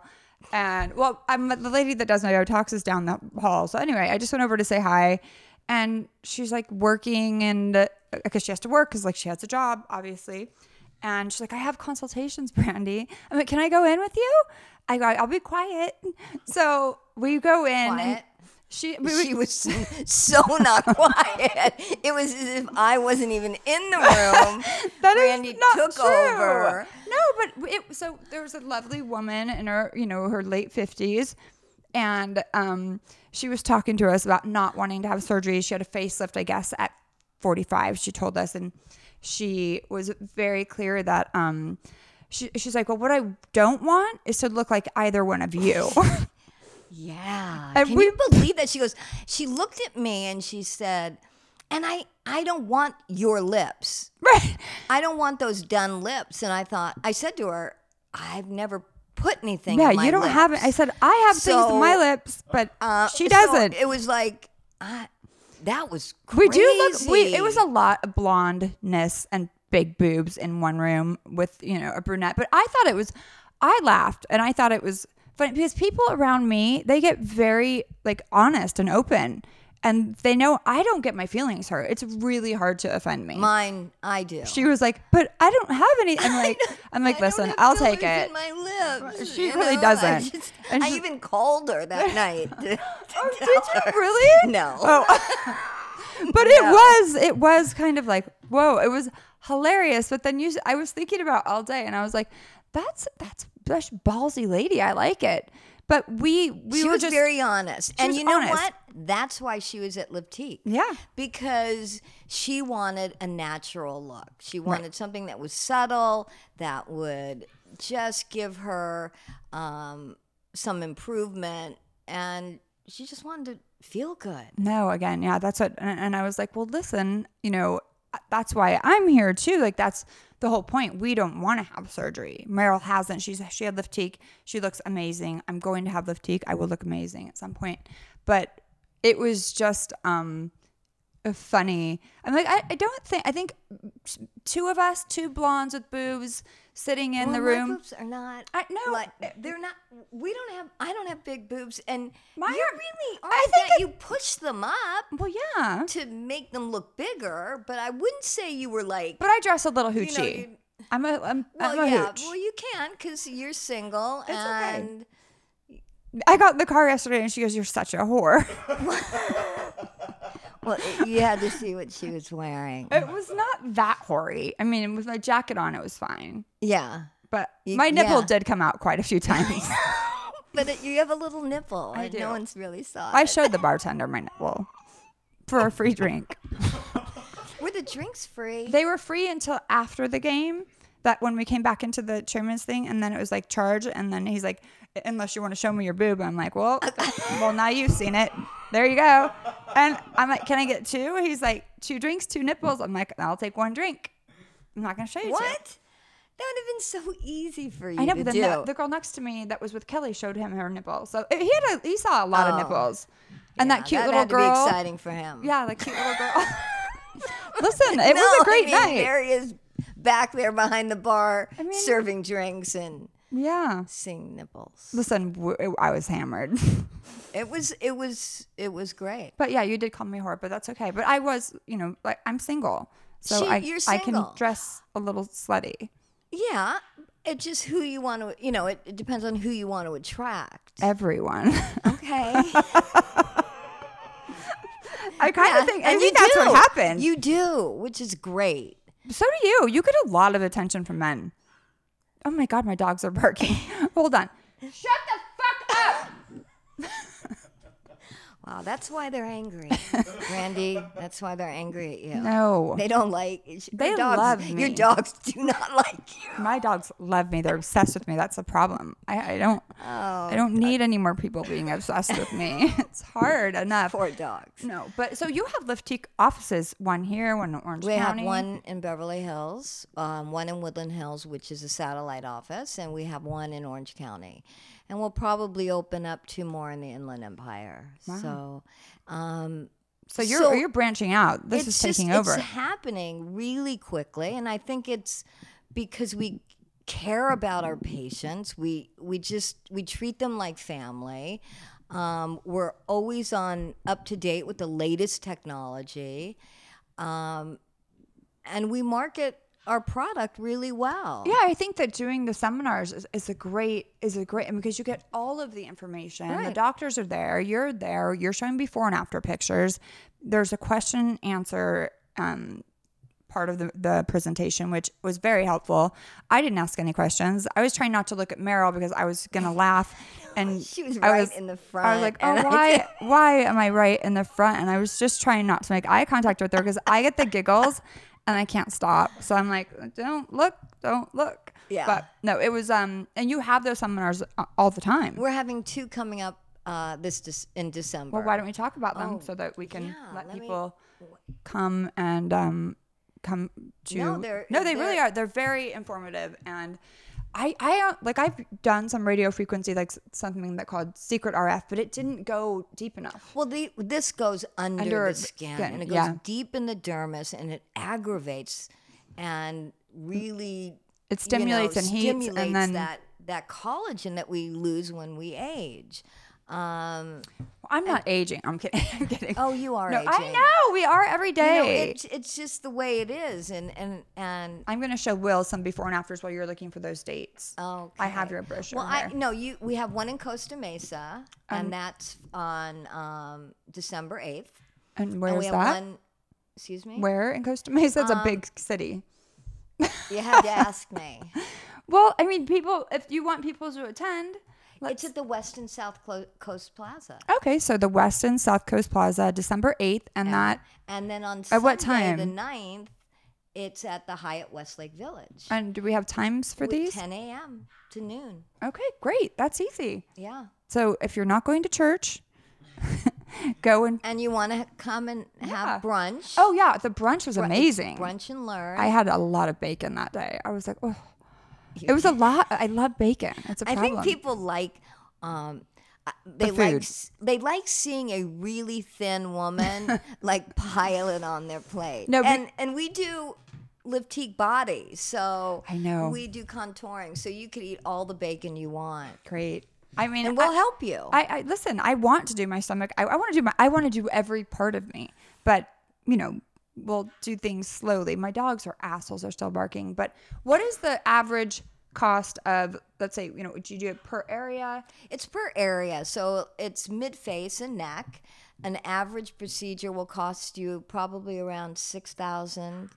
And well, I'm the lady that does my Botox is down the hall. So anyway, I just went over to say hi. And she's like working and because she has to work because like she has a job, obviously. And she's like, I have consultations, Brandy. I'm like, can I go in with you? I go, I'll be quiet. So we go in. and Quiet? She, we, she was so not quiet. It was as if I wasn't even in the room. That is Brandy not took true. over. No, but it, so there was a lovely woman in her, you know, her late fifties, and um, she was talking to us about not wanting to have surgery. She had a facelift, I guess, at forty-five. She told us, and she was very clear that um, she, she's like, "Well, what I don't want is to look like either one of you." Yeah. And Can we- you believe that? She goes, she looked at me and she said, and I, I don't want your lips. right? I don't want those done lips. And I thought, I said to her, I've never put anything Yeah, in my you don't have it. lips." I said I have things in my So, lips, but Uh, she so doesn't. it was like, I, that was We crazy. do look. We it was a lot of blondeness and big boobs in one room with you know a brunette. But I thought it was. I laughed and I thought it was funny because people around me they get very like honest and open, and they know I don't get my feelings hurt. It's really hard to offend me. Mine, I do. she was like, "But I don't have any." I'm like, "I'm I like, don't listen, have I'll take fillers it." in my lips. She you really know? doesn't. I, just- And I she- Oh, even called her that night. to- to Did tell you her. really? No. Oh. but it was it was kind of like whoa it was hilarious but then you s- i was thinking about all day and i was like that's that's such ballsy lady i like it but we we she were was just very honest. And was you know honest. what? That's why she was at Liptique. Yeah. Because she wanted a natural look. She wanted something that was subtle, that would just give her um, some improvement. And she just wanted to feel good. no again yeah that's what and, and i was like well listen you know that's why i'm here too like that's the whole point we don't want to have surgery meryl hasn't she's she had liftique she looks amazing i'm going to have liftique i will look amazing at some point but it was just um funny. I'm like, I, I don't think, I think two of us, two blondes with boobs sitting in the Well, my room. boobs are not. I- no, uh, like, it- they're not. We don't have. I don't have big boobs, and Mine mine you are- really I are. think that it- you push them up Well, yeah. to make them look bigger, but I wouldn't say you were like. But I dress a little know, hoochie. you- I'm a, I'm, well, I'm a yeah. hooch. Well, you can because you're single, okay. and I got in the car yesterday and she goes, you're such a whore. well, it- you had to see what she was wearing. it was not that hoary. I mean, with my jacket on, it was fine. Yeah, But Y- my nipple yeah. did come out quite a few times. but it, you have a little nipple, I and do. no one's really saw I it. showed the bartender my nipple for a free drink. Were the drinks free? They were free until after the game. That when we came back into the chairman's thing, and then it was like charge, and then he's like, "Unless you want to show me your boob," I'm like, "Well, well, now you've seen it. There you go." And I'm like, "Can I get two? He's like, two drinks, two nipples." I'm like, "I'll take one drink. I'm not gonna show you." two." what? That would have been so easy for you I know, to but then do. the, the girl next to me that was with Kelly showed him her nipple, so it- he had a, he saw a lot of Oh. nipples, and Yeah, that cute that little had to girl. be exciting for him. Yeah, the cute little girl. Listen, it was No, a great I mean, night. There he is back there behind the bar mean- serving drinks and yeah. seeing nipples. Listen, w- I was hammered. It was it was it was great. But yeah, you did call me a whore, but that's okay. But I was, you know, like I'm single, so She- I you're I can single. dress a little slutty. Yeah. It's just who you want to you know, it, it depends on who you want to attract. Everyone, Okay. and I kind of think, I think that's do. what happened. You do, which is great. so do you. You get a lot of attention from men. Oh my God, my dogs are barking. Hold on. Wow, that's why they're angry, Randy. That's why they're angry at you. No. they don't like. your They dogs, love Your me. dogs do not like you. My dogs love me. They're obsessed with me. That's the problem. I, I don't. Oh, I don't need any more people being obsessed with me. it's hard enough. Poor dogs. No, but so you have Liftique offices, one here, one in Orange We County. have one in Beverly Hills, um, one in Woodland Hills, which is a satellite office, and we have one in Orange County. And we'll probably open up two more in the Inland Empire. So, um, So you're so you're branching out. This is it's taking just, over. It's happening really quickly, and I think it's because we care about our patients. We we just we treat them like family. Um, we're always on up to date with the latest technology, um, and we market our product really well. Yeah, I think that doing the seminars is, is a great is a great because you get all of the information. The Right. doctors are there, you're there, you're showing before and after pictures. There's a question answer um, part of the, the presentation, which was very helpful. I didn't ask any questions. I was trying not to look at Meryl because I was gonna laugh, and She was I right was in the I was front, like, oh, and I why, why am I right in the front? And I was just trying not to make eye contact with her because I get the giggles, and I can't stop. So I'm like, don't look, don't look. Yeah. But no, it was um, and you have those seminars a- all the time. We're having two coming up uh, this Dec- in December. well, why don't we talk about them so that we can Oh, yeah, let, let me- people come and um come to No, they're- no they really they're- are they're very informative and I I uh, like I've done some radio frequency like s- something that called secret RF but it didn't go deep enough. Well, the, this goes under, Under the the skin, skin, and it goes yeah. deep in the dermis, and it aggravates and really It you know, stimulates and heats and stimulates then- that that collagen that we lose when we age. Um, I'm not aging. I'm kidding. I'm kidding. oh, you are. no, aging. I know we are every You know, day. it's it's just the way it is, and and and I'm gonna show Will some before and afters while you're looking for those dates. Oh, Okay. I have your brochure. Well, here. I no, you. We have one in Costa Mesa, Um, and that's on um, December eighth. and And where's we have that? Oh, one. Um, Excuse me. Where in Costa Mesa? It's a big city. You had to ask me. Well, I mean, people. If you want people to attend, It's at the West and South Clo- Coast Plaza. okay. So the Westin South Coast Plaza, December eighth, and that, And then on Sunday, At what the time? 9th, it's at the Hyatt Westlake Village. and do we have times for with these? 10 a.m. to noon. Okay, great. That's easy. Yeah. So if you're not going to church, go and. And you want to come and have brunch. Oh yeah, the brunch was Bru- it's amazing. Brunch and learn. I had a lot of bacon that day. I was like, oh, it was a lot. I love bacon. It's a I problem. think people like. Um, uh, they like food. s- they like seeing a really thin woman like pile it on their plate. No, be- and and we do liptique bodies, so I know. we do contouring, so you could eat all the bacon you want, great. I mean, and we'll I- help you. I, I listen. I want to do my stomach. I, I want to do my. I want to do every part of me. But you know, we'll do things slowly. My dogs are assholes. They're still barking. But what is the average cost of? Let's say you know, do you do it per area? It's per area, so it's mid face and neck. An average procedure will cost you probably around six thousand,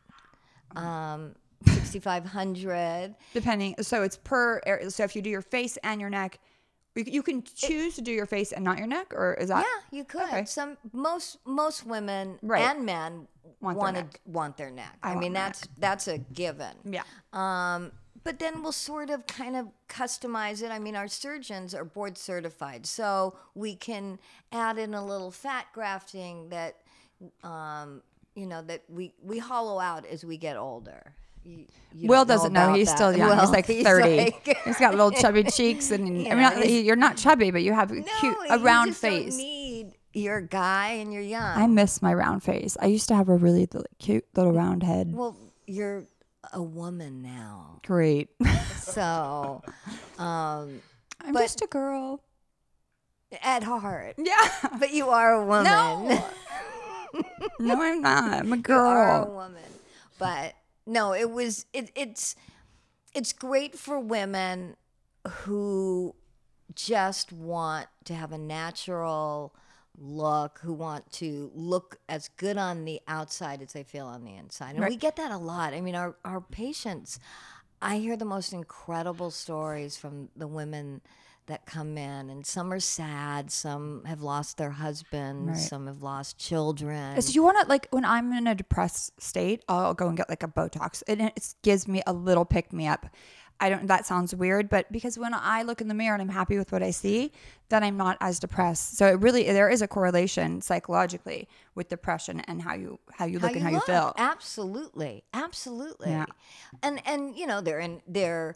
Oh. um, sixty five hundred. Depending. So it's per area. So if you do your face and your neck, you, you can choose to do your face and not your neck, or is that? Yeah, you could. Okay. Some most most women Right. and men Want want their wanted, neck. want their neck. I I, want mean, my that's that's a given. Yeah. Um, but then we'll sort of kind of customize it. I mean, our surgeons are board certified, so we can add in a little fat grafting that, um, you know, that we we hollow out as we get older. You- you Will don't know doesn't know. about He's that. still young. he's Well, like he's thirty. like- he's got little chubby cheeks, and I mean, know, not- you're not chubby, but you have a cute, No, a you round just don't face. need your guy and you're young. I miss my round face. I used to have a really th- cute little round head. Well, you're a woman now, Great. so um, I'm But- just a girl. at heart, Yeah. but you are a woman. No. No, I'm not. I'm a are a girl. woman. But no, it was it, it's it's great for women who just want to have a natural look, who want to look as good on the outside as they feel on the inside. And we get that a lot. I mean, our our patients I hear the most incredible stories from the women that come in, and some are sad, some have lost their husbands, Right. some have lost children. So you want to like when I'm in a depressed state, I'll go and get like a Botox, and it it gives me a little pick me up. I don't. That sounds weird, but because when I look in the mirror and I'm happy with what I see, then I'm not as depressed. So it really there is a correlation psychologically with depression and how you how you look and how look. you feel. Absolutely, absolutely. And and you know they're in they're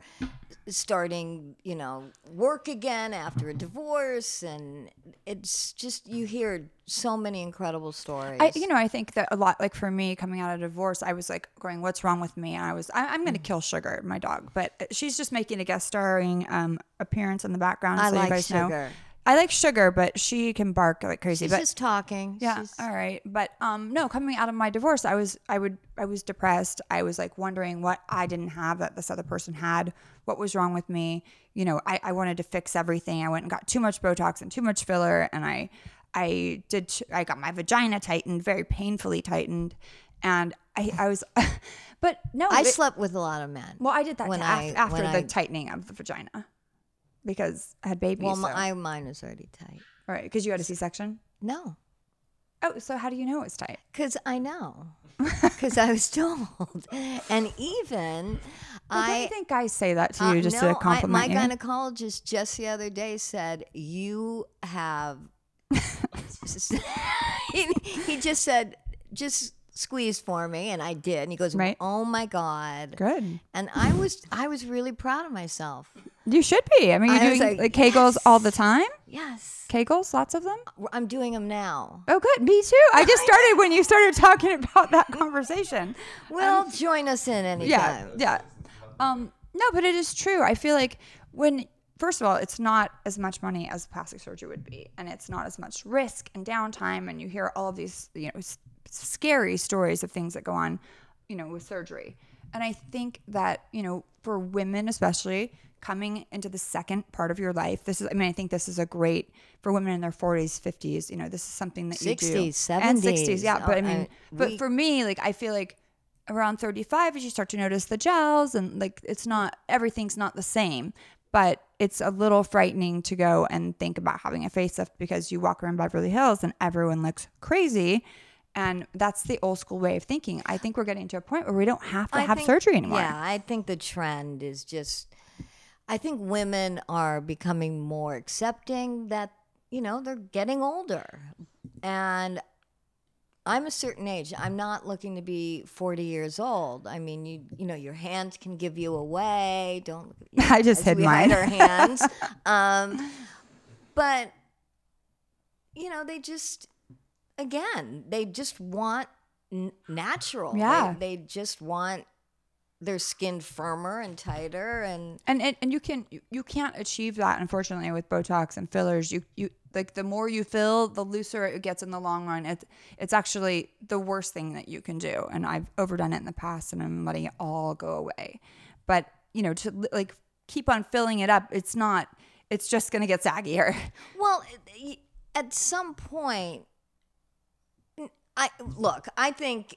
starting you know work again after a divorce, and it's just you hear so many incredible stories. I, you know, I think that a lot, like for me coming out of divorce, I was like going, what's wrong with me? And I was, I, I'm Mm. going to kill Sugar, my dog, but uh, she's just making a guest starring um, appearance in the background. I so like you guys Know. Sugar. I like Sugar, but she can bark like crazy. She's but just talking. yeah, She's- all right. But um, no, coming out of my divorce, I was, I would, I was depressed. I was like wondering what I didn't have that this other person had. What was wrong with me? You know, I, I wanted to fix everything. I went and got too much Botox and too much filler, and I, I did. t- I got my vagina tightened, very painfully tightened, and I, I was, but no, I it- slept with a lot of men. Well, I did that when to, I- af- after when the I- tightening of the vagina because I had babies. well, so. my, I, mine was already tight. right? Because you had a C-section. No, Oh, so how do you know it's tight? Because I know. Because I was told. And even Well, don't I. you think guys say that to uh, you just no, to compliment I, you? my gynecologist just the other day said, You have. he, he just said, Just squeeze for me. And I did. And he goes, Right. Oh my God. Good. And I was I was really proud of myself. You should be. I mean, I you're was doing like, like, Oh, Kegels all the time. Yes. Kegels, lots of them. I'm doing them now. Oh, good. Me too. I just started when you started talking about that conversation. Well, join us in anytime. yeah yeah um no but it is true i feel like when first of all it's not as much money as plastic surgery would be and it's not as much risk and downtime and you hear all of these you know s- scary stories of things that go on you know with surgery and i think that you know for women especially coming into the second part of your life this is i mean i think this is a great for women in their 40s 50s you know this is something that you do 60s, and 60s 70s. yeah but i Oh, mean I- but we- for me like i feel like around 35 as you start to notice the gels and like it's not everything's not the same but it's a little frightening to go and think about having a facelift because you walk around Beverly Hills and everyone looks crazy and that's the old school way of thinking. I think we're getting to a point where we don't have to I have think- surgery anymore. Yeah, I think the trend is just. I think women are becoming more accepting that you know they're getting older, and I'm a certain age. I'm not looking to be 40 years old. I mean, you you know your hands can give you away. Don't. You I just as hid we hide mine. our hands. um, but you know they just again they just want n- natural They- Yeah. they, just want their skin firmer and tighter and And, and and you can you, you can't achieve that unfortunately with Botox and fillers. You you like the more you fill, the looser it gets in the long run. It's it's actually the worst thing that you can do. And I've overdone it in the past, and I'm letting it all go away. But you know, to li- like keep on filling it up, it's not. It's just gonna get saggier. well y- at some point n- i look i think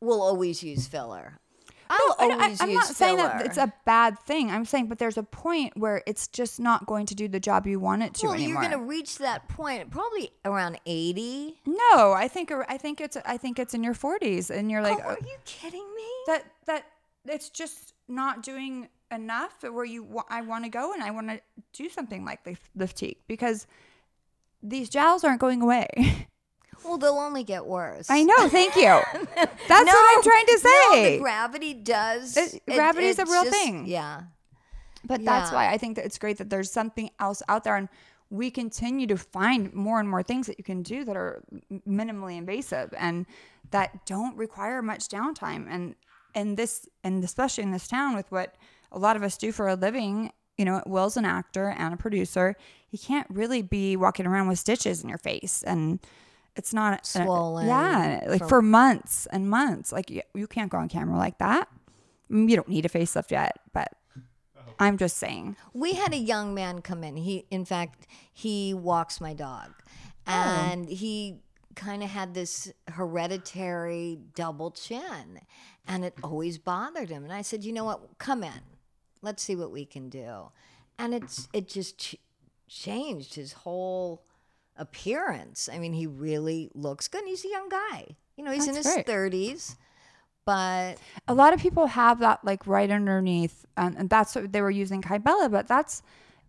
we'll always use filler i'll No, and always I, am use not saying filler that it's a bad thing. I'm saying, but there's a point where it's just not going to do the job you want it to well anymore. you're gonna reach that point probably around 80 no, I think I think it's I think it's in your 40s, and you're like, uh, oh, are you kidding me that that it's just not doing enough where you wa- I want to go and I want to do something like the the fatigue because these jowls aren't going away. well they'll only get worse I know. Thank you. That's what I'm trying to No, say. the gravity does. It- gravity is a it's real thing. Yeah. but that's yeah. why I think that it's great that there's something else out there and we continue to find more and more things that you can do that are m- minimally invasive and that don't require much downtime and and this and especially in this town with what a lot of us do for a living you know will's an actor and a producer he can't really be walking around with stitches in your face and it's not Swollen yeah like for months and months like you, you can't go on camera like that Mm, you don't need a facelift yet but i'm just saying We had a young Oh. man come in. He, in fact, he walks my dog, and he kind of had this hereditary double chin, and it always bothered him. And I said, you know what? Come in. Let's see what we can do. And it's it just ch- changed his whole appearance. I mean, he really looks good. And he's a young guy. You know, he's in That's his great. thirties, but A lot of people have that like right underneath, and, and that's what they were using Kybella, but that's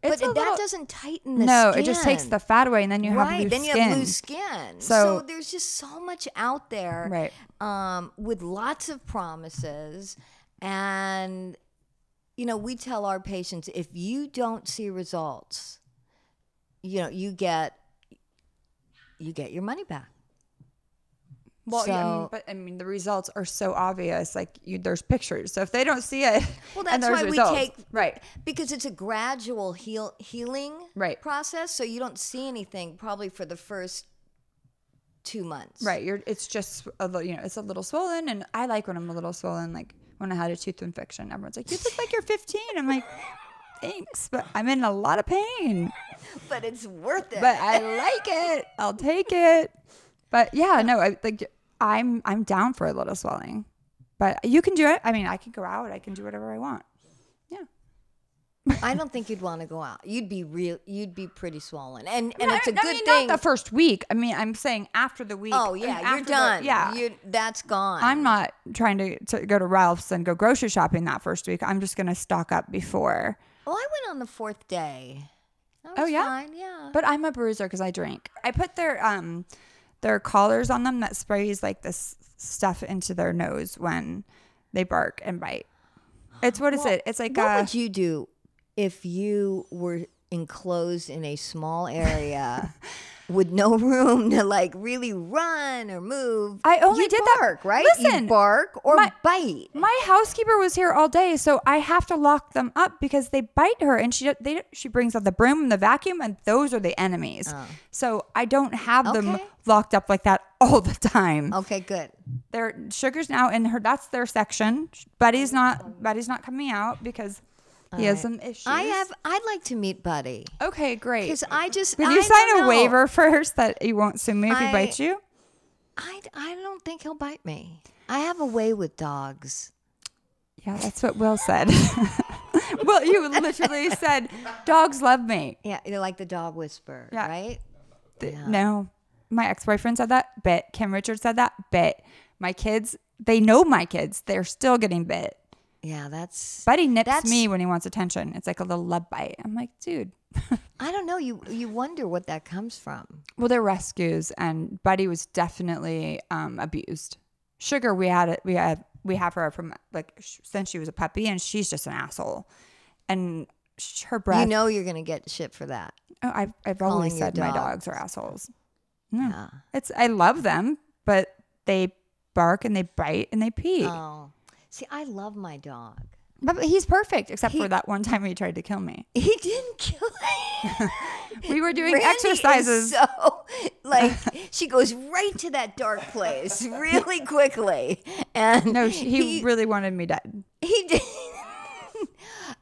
it's but a that little- doesn't tighten the no, it just takes skin. the fat away, and then you have right. loose then you skin. have loose skin. So- So, there's just so much out there, Right. Um, with lots of promises, and you know, we tell our patients if you don't see results, you know, you get you get your money back. Well, yeah, I mean, So- but I mean, the results are so obvious. Like, you, there's pictures. So if they don't see it, Well, and that's there's why we results. take right. because it's a gradual heal, healing Right. process. So you don't see anything probably for the first two months. Right. You're it's just a little, you know, it's a little swollen and I like when I'm a little swollen like when I had a tooth infection. Everyone's like, "You look like you're 15." I'm like, "Thanks, but I'm in a lot of pain, but it's worth it. but I like it. I'll take it." But yeah, no, I like I'm I'm down for a little swelling. But you can do it. I mean, I can go out. I can do whatever I want. Yeah. I don't think you'd want to go out. You'd be real. You'd be pretty swollen, and and it's a a good I mean, thing. Not the first week. I mean, I'm saying after the week. oh I mean, yeah, after you're the- done. yeah. you that's gone. I'm not trying to, to go to Ralph's and go grocery shopping that first week. I'm just going to stock up before. Well, I went on the fourth day. I was Oh, yeah? fine, yeah. But I'm a bruiser because I drink. I put their um their collars on them that sprays like this stuff into their nose when they bark and bite. It's what is it? It's like what a, would you do if you were enclosed in a small area with no room to like really run or move? I only You'd did that- bark, right? Listen, you bark or my- bite. my housekeeper was here all day, so I have to lock them up because they bite her, and she they she brings out the broom and the vacuum, and those are the enemies. So I don't have them Oh. Okay. locked up like that all the time. Okay, good. their sugar's now in her that's their section buddy's not buddy's not coming out because he has some issues Uh, I have. I'd like to meet Buddy okay great because I just. Will I you don't sign a know. waiver first that he won't sue me if he I- bites you I, I don't think he'll bite me. I have a way with dogs. yeah that's what will said well you literally said dogs love me Yeah, you know, like the dog whisperer, Yeah. right? Th- no my ex-boyfriend said that bit kim richards said that bit my kids they know my kids they're still getting bit Yeah, that's. buddy nips That's- me when he wants attention it's like a little love bite i'm like dude I don't know. You you wonder what that comes from. Well, they're rescues, and Buddy was definitely um, abused. Sugar, we had it. We had we have her from like sh- since she was a puppy, and she's just an asshole. And sh- her breath. You know, you're gonna get shit for that. oh, I've I've always calling your said my dogs. dogs are assholes. No, it's I love them, but they bark and they bite and they pee. Oh, see, I love my dog. but, but he's perfect, except for that one time he tried to kill me. He didn't kill me. We were doing Randy is exercises. so like she goes right to that dark place really quickly, and no, sh- he really wanted me dead. He did.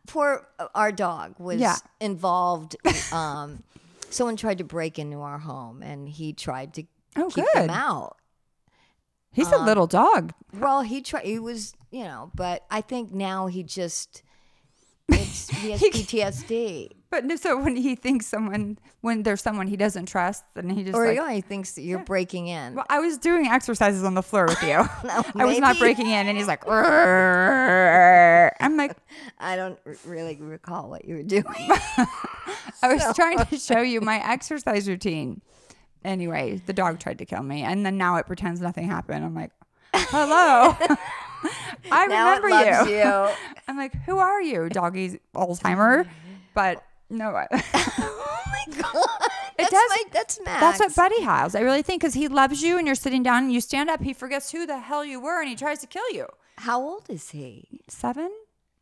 Poor uh, our dog was Yeah. involved. Um, someone tried to break into our home, and he tried to Oh, keep good. them out. He's a little dog. Well, he tried. He was, you know, but I think now he just it's, he has He- PTSD, But no, so when he thinks someone, when there's someone he doesn't trust, then he just or like, you know, he thinks that you're breaking in. well, I was doing exercises on the floor with you. I was not maybe. breaking in, and he's like, "Rrrr." I'm like, I don't r- really recall what you were doing. I was trying to show you my exercise routine. Anyway, the dog tried to kill me, and then now it pretends nothing happened. I'm like, hello, I now it remember loves you. you. I'm like, who are you, doggy Alzheimer? But no, I- oh my god! that's does- My, that's Max. That's what Buddy has. I really think because he loves you and you're sitting down and you stand up, he forgets who the hell you were and he tries to kill you. How old is he? Seven,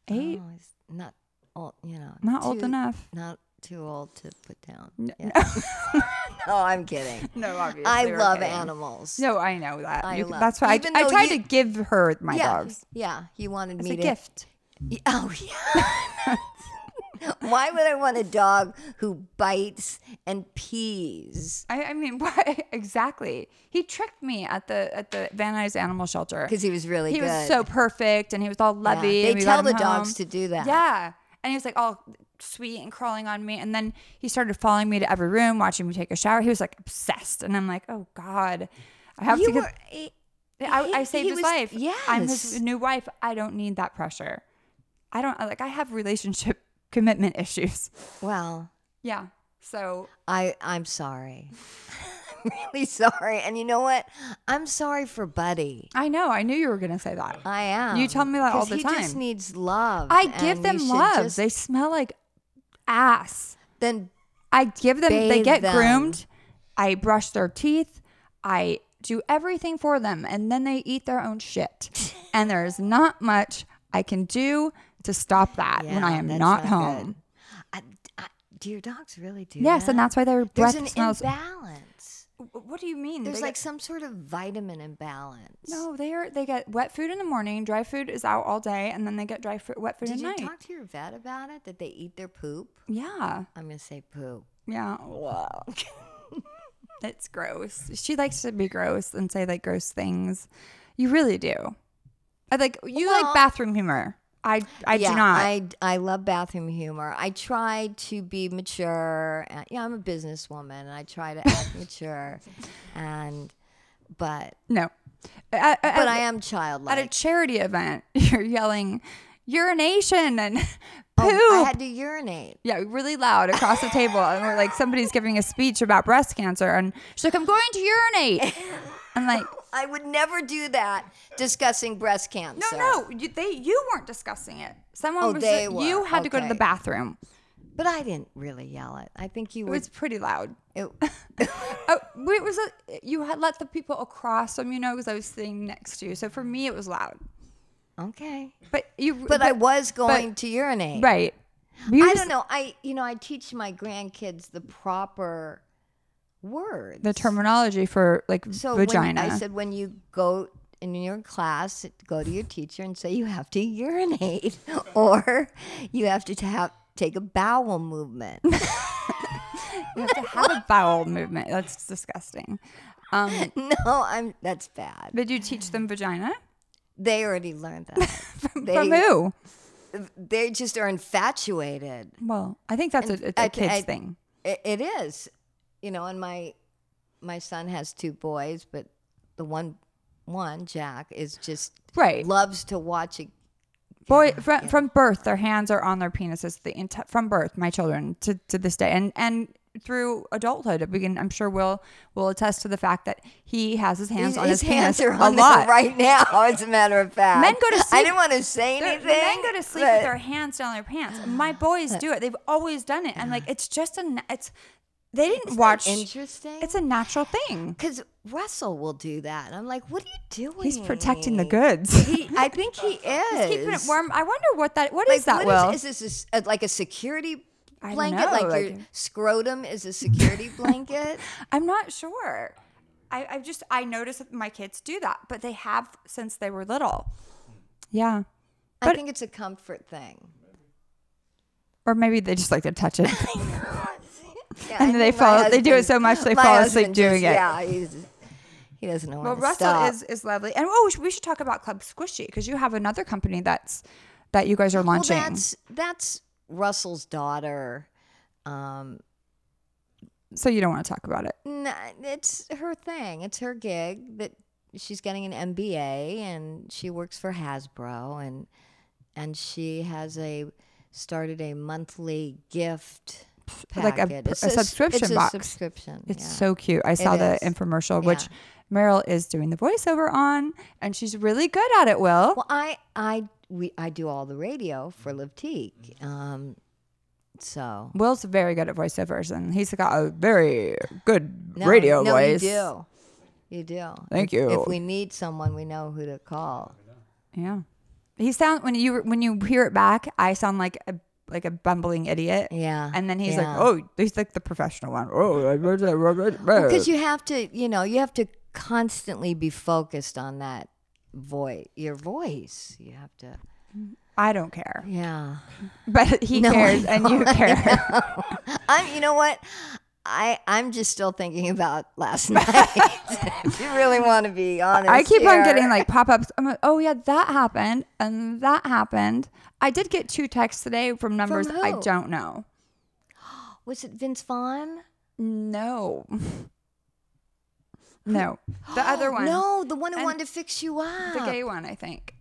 eight, Oh, he's not old, you know. not old too- enough. Not too old to put down. Yeah. No, I'm kidding. No, obviously. I we're love kidding. animals. No, I know that. I You can- love- that's why I, even I though tried to you- give her my yeah, dogs. Yeah, he wanted It's me a to gift. Y- Oh yeah. Why would I want a dog who bites and pees? I, I mean, why exactly? He tricked me at the at the Van Nuys Animal Shelter 'Cause he was really he good. was so perfect, and he was all Yeah, lovey. They and we got tell the him home. dogs to do that. Yeah, and he was like all sweet and crawling on me, and then he started following me to every room, watching me take a shower. He was like obsessed, and I'm like, oh god, I have You to. were, Get, I, he- I saved he his was- life. I'm his yes. new wife. I don't need that pressure. I don't like. I have relationship commitment issues. well, Yeah. So I I'm sorry. I'm really sorry. And you know what? I'm sorry for Buddy. I know. I knew you were gonna say that. I am. You tell me that all 'Cause the He just time. needs love. I and give you them should love. just- they smell like ass. then I give them. They Bathe get them. groomed. I brush their teeth. I do everything for them, and then they eat their own shit. and there's not much I can do to stop that when Yeah, I am that's not, good. home. I, I, do your dogs really do Yes, that? and that's why their There's breath an smells. imbalance. what do you mean? There's like some sort of vitamin imbalance. No, they are. They get wet food in the morning. Dry food is out all day, and then they get dry food, wet food Did at you night. talk to your vet about it? That they eat their poop? yeah, I'm gonna say poo. yeah. it's gross. She likes to be gross and say like gross things. You really do. I like you like Well- bathroom humor. I I yeah, do not. I, I love bathroom humor. I try to be mature. And, yeah, I'm a businesswoman, and I try to act mature. And but no. I, I, but I at- am childlike. at a charity event. You're yelling urination and poop. Oh, I had to urinate. yeah, really loud across the table, and we're like, somebody's giving a speech about breast cancer, and she's like, "I'm going to urinate." I'm like, I would never do that discussing breast cancer. "No, no, you, they, you weren't discussing it. Someone Oh, was, they you were. had to go to the Okay. bathroom. But I didn't really yell it. I think you It were. was pretty loud. It, Oh, but it was a, you had let the people across them, you know, because I was sitting next to you. So for me, it was loud. okay. But you, But, I was going to urinate. right. I don't know. I you know I teach my grandkids the proper words. the terminology for like so when- vagina. I said when you go in your class, go to your teacher and say you have to urinate or you have to have take a bowel movement. you have to have a bowel movement. That's disgusting. Um, no, I'm that's bad. but you teach them vagina They already learned that. they, from who? they just are infatuated. Well, I think that's a, it's a I- kid's I- thing. It, it is, you know. And my my son has two boys, but the one one Jack is just Right. loves to watch it. Boy, from, from birth, their hands are on their penises. The enti- from birth, my children to, to this day, and and through adulthood, we can, I'm sure will will attest to the fact that he has his hands His, on his, his hands penis are on a there lot. right now. As a matter of fact, Men go to I sleep- didn't want to say They're- anything. the men go to sleep but with their hands down their pants. My boys do it. They've always done it, and like it's just a na- it's they didn't watch. interesting? It's a natural thing. Because Russell will do that, and I'm like, "What are you doing?" He's protecting the goods. He, I think he is. Keeping it warm. I wonder what that. What is Like, that? what Will is, is this a, like a security I don't blanket? know, like, your like- scrotum is a security blanket? I'm not sure. I, I just I noticed that my kids do that, but they have since they were little. Yeah, I But- think it's a comfort thing. or maybe they just like to touch it. Yeah, And I they think my fall- they do it husband- so much they my fall asleep husband doing it. Yeah, he's, he doesn't know when well, to Russell stop. is is lovely, and oh, we should- we should talk about Club Squishy because you have another company that's that you guys are well, launching. that's that's Russell's daughter. Um, so you don't want to talk about it. n- it's her thing. It's her gig that she's getting an MBA and she works for Hasbro and and she has a started a monthly gift Like a packet. pr- It's a s- subscription it's a box. subscription. It's yeah. so cute. I saw the is. infomercial, which Yeah. Meryl is doing the voiceover on, and she's really good at it. Will Well, I I we I do all the radio for Livtique. Um, so Will's very good at voiceovers, and he's got a very good No, radio no, voice. You do. You do. Thank If- you. If we need someone, we know who to call. Yeah. He sound when you when you hear it back, I sound like a like a bumbling idiot. Yeah, And then he's yeah. like, "Oh, he's like the professional one." Oh, Because you have to, you know, you have to constantly be focused on that voice, your voice. You have to. I don't care, Yeah. but he No, I cares and you care. I'm, you know what? I, I'm just still thinking about last night. if you really want to be honest, I keep on getting here. like pop ups. I'm like, oh yeah, that happened and that happened. I did get two texts today from numbers I who? don't know. was it Vince Vaughn? No. No. The other one. Oh, No, the one who And wanted to fix you up. The gay one, I think.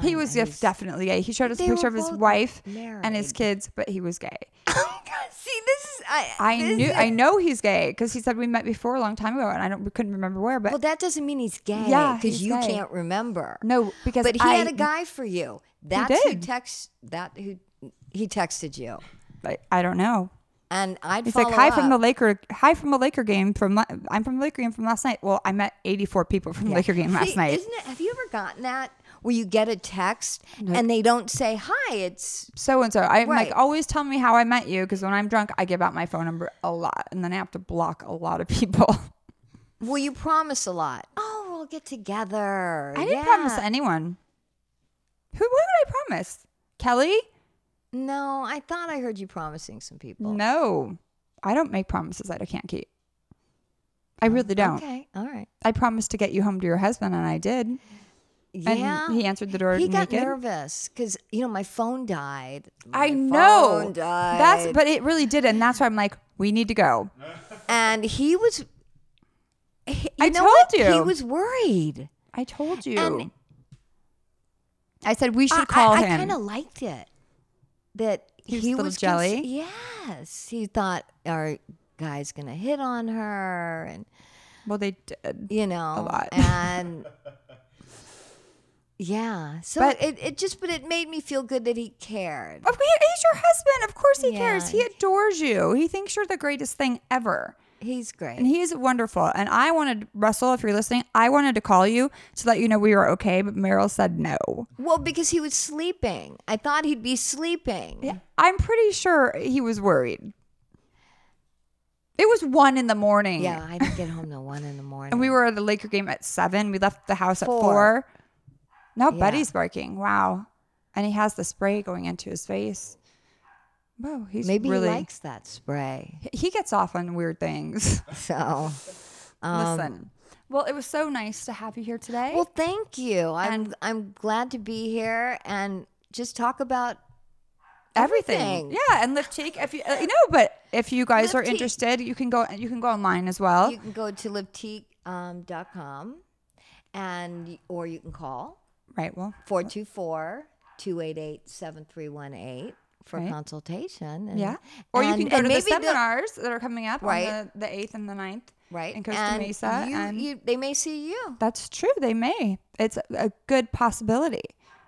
He was Oh, nice. def- definitely gay. He showed us a They were picture of his both wife and his married. kids, but he was gay. Oh See, this is I. I this knew is- I know he's gay because he said we met before a long time ago, and I don't we couldn't remember where. But Well, that doesn't mean he's gay. Yeah, because he's you gay. can't remember. no, because but he I, had a guy for you. That's who did. text that who he texted you, I, I don't know. and I'd He's follow like hi up. from the Laker, hi from a Laker game from la- I'm from the Laker game from last night. Well, I met 84 people from the Laker game last See, night. Isn't it? Have you ever gotten that where you get a text and they don't say hi? It's So and so, I'm Right. like always tell me how I met you because when I'm drunk, I give out my phone number a lot, and then I have to block a lot of people. well, you promise a lot. Oh, we'll get together. I didn't Yeah. promise anyone. Who? Who would I promise? Kelly? No, I thought I heard you promising some people. No, I don't make promises that I can't keep. Oh, I really don't. Okay. All right. I promised to get you home to your husband, and I did. Yeah. he answered the door He got naked? nervous because you know my phone died. I My know. phone died. That's but it really did, and that's why I'm like, we need to go. and he was. he- I you know told what? you. he was worried. I told you. And- I said we should I- call I, I, him. kind of liked it that He he was was, a little jelly? cons- yes, he thought our guy's gonna hit on her, and well, they uh, did. you know, lot. and yeah. So But- it, it just, but it made me feel good that he cared. Of- he- He's your husband. Of course he Yeah. cares. He adores you. He thinks you're the greatest thing ever. He's great. And he's wonderful. And I wanted, Russell, if you're listening, I wanted to call you to let you know we were okay, but Meryl said no. well, because he was sleeping, I thought he'd be sleeping. I'm pretty sure he was worried. It was one in the morning. Yeah, I didn't get home till one in the morning. And we were at the Laker game at seven. We left the house Four. at four. Now Yeah. Buddy's barking. Wow. And he has the spray going into his face. Whoa, he's maybe really. he likes that spray. he gets off on weird things. So. Um, Listen. Well, it was so nice to have you here today. Well, thank you. I'm And- I'm glad to be here and just talk about everything. Yeah, and Lift Cheek. If you, uh, you know, but if you guys are Lifteek. interested, you can go. You can go online as well. You can go to liveteak.com and or you can call right. Well, 424-288-7318 for Right. consultation. and- yeah. Or you and- can go and to the maybe they'll- seminars that are coming up on Right. the, the eighth and the 9th right in Costa and Mesa. you- and you- they may see you. that's true. They may. It's a- a good possibility,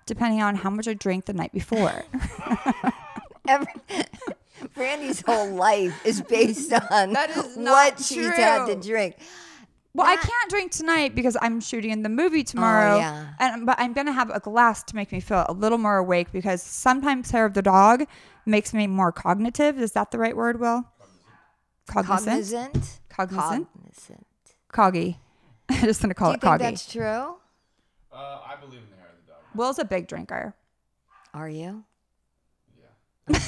depending on how much I drank the night before. Every, Brandy's whole life is based on That is not what she's had to true. drink. Well, I can't drink tonight because I'm shooting in the movie tomorrow. Oh, yeah. And but I'm gonna have a glass to make me feel a little more awake because sometimes Sarah the dog makes me more cognitive. Is that the right word, Will? Cognizant. Cognizant. Cognizant? Cognizant. Coggy. I just gonna Do call you it think coggy. that's true? I believe in the hair of the dog. Will's a big drinker. Are you? Yeah.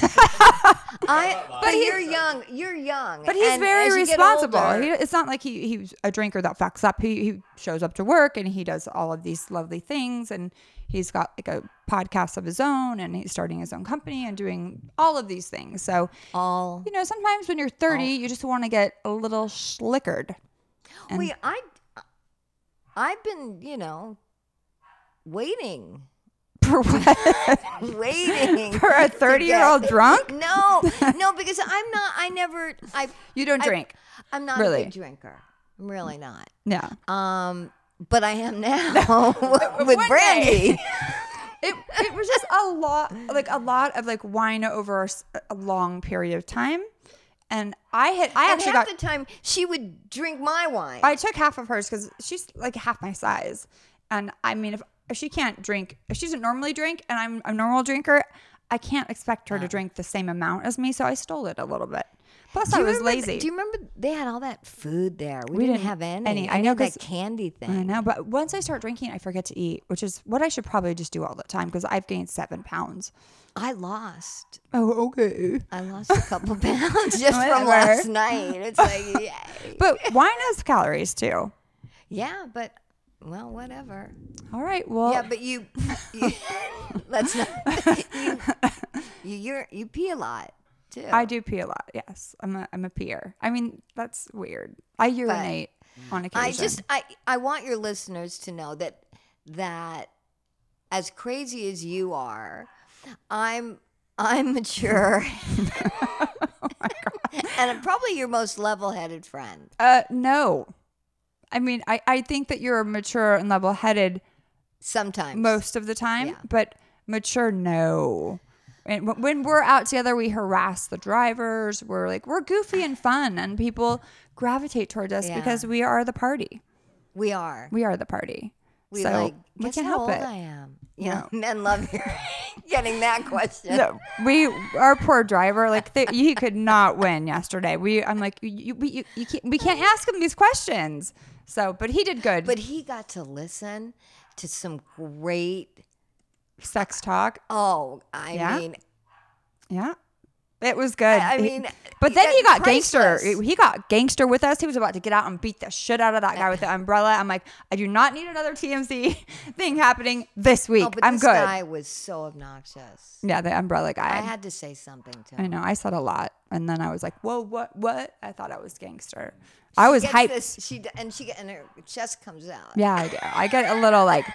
I, but, you're young. You're young. But he's and very as you get responsible. older- He, it's not like he, he's a drinker that fucks up. He, he shows up to work and he does all of these lovely things. And he's got like a podcast of his own and he's starting his own company and doing all of these things. So all. you know, sometimes when you're 30, Oh. you just want to get a little schlickered. and- Wait, I, I've been, you know, waiting, For what? waiting For a to 30 year old get- drunk? No, no, because I'm not. I never. I. You don't I- drink. I'm not Really? a big drinker. I'm really not. Yeah. Um, but I am now with, with One day. Brandy. It, it was just a lot, like a lot of like wine over a, s- a long period of time. And I had, I And actually half got, the time she would drink my wine. I took half of hers because she's like half my size. And I mean, if, if she can't drink, if she doesn't normally drink and I'm a normal drinker, I can't expect her to drink the same amount as me. So I stole it a little bit. Plus, Do I you was remember- lazy. Do you remember they had all that food there? We, We didn't, didn't- have any. any. I I know know that 'cause- candy I thing. know, but once I start drinking, I forget to eat, which is what I should probably just do all the time because I've gained seven pounds. I lost. Oh, okay. I lost a couple pounds just Whatever. from last night. It's like, yay. But wine has calories too. yeah, but well, whatever. All right. Well, Yeah, but you, you let's not. You, you, you're, you pee a lot too. I do pee a lot. Yes, I'm a I'm a peer. I mean, that's weird. I urinate on occasion. I just I I want your listeners to know that that as crazy as you are, I'm I'm mature. Oh and I'm probably your most level-headed friend. uh no. I mean, I I think that you're mature and level headed Sometimes most of the time, Yeah. but mature no. And wh- when we're out together, we harass the drivers. We're like we're goofy and fun, and people gravitate towards us Yeah. because we are the party. we are. We are the party. We so like. we guess can't how help it. old I am. Yeah, men love hearing- getting that question. No, we our poor driver like th- he could not win yesterday. We I'm like you, you, we you, you can't, we can't ask him these questions. So, but he did good. But he got to listen to some great. sex talk, Oh, I Yeah? mean, yeah, it was good. I He- mean, but then that- he got gangster. priceless. He got gangster with us. He was about to get out and beat the shit out of that guy with the umbrella. I'm like, I do not need another TMZ thing happening this week. oh, but I'm this good. guy was so obnoxious. yeah, the umbrella guy. I had to say something to him. I know. I said a lot, and then I was like, "Whoa, what, what?" I thought I was gangster. I was gets hyped. This, she d- and she get- and her chest comes out. Yeah, I do. I get a little like,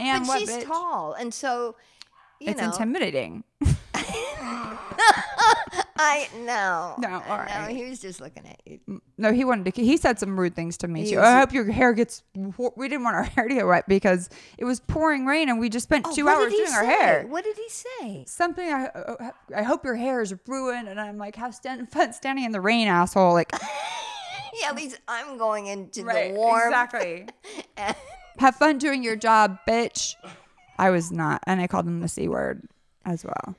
and but what? she's bitch? tall, and so you It's know. intimidating. I know. No, I all know, right. He was just looking at you. No, he wanted to. He said some rude things to me He too. was- I hope your hair gets. wh- We didn't want our hair to get wet because it was pouring rain and we just spent Oh, two what did hours he doing our say? hair. What did he say? Something I, uh, I hope your hair is ruined, and I'm like, how stand, fun standing in the rain, asshole? Like, Yeah, at least I'm going into the warm. exactly. Have fun doing your job, bitch. I was not, and I called him the c word as well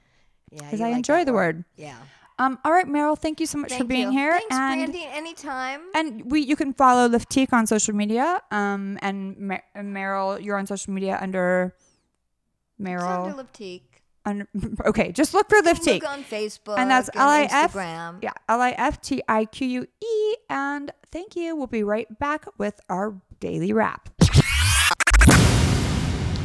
Yeah, because you I like enjoy that the word. Yeah. Um, all right, Meryl, thank you so much for Thank being you. here. Thanks, and Brandy. Anytime. and we you can follow Liftique on social media. Um, and Mer- Meryl, you're on social media under Sandra Meryl. Liptique. Under, okay, just look for Liftique. Look on Facebook. And that's L I and F Instagram. yeah L I F T I Q U E. And thank you. We'll be right back with our daily wrap.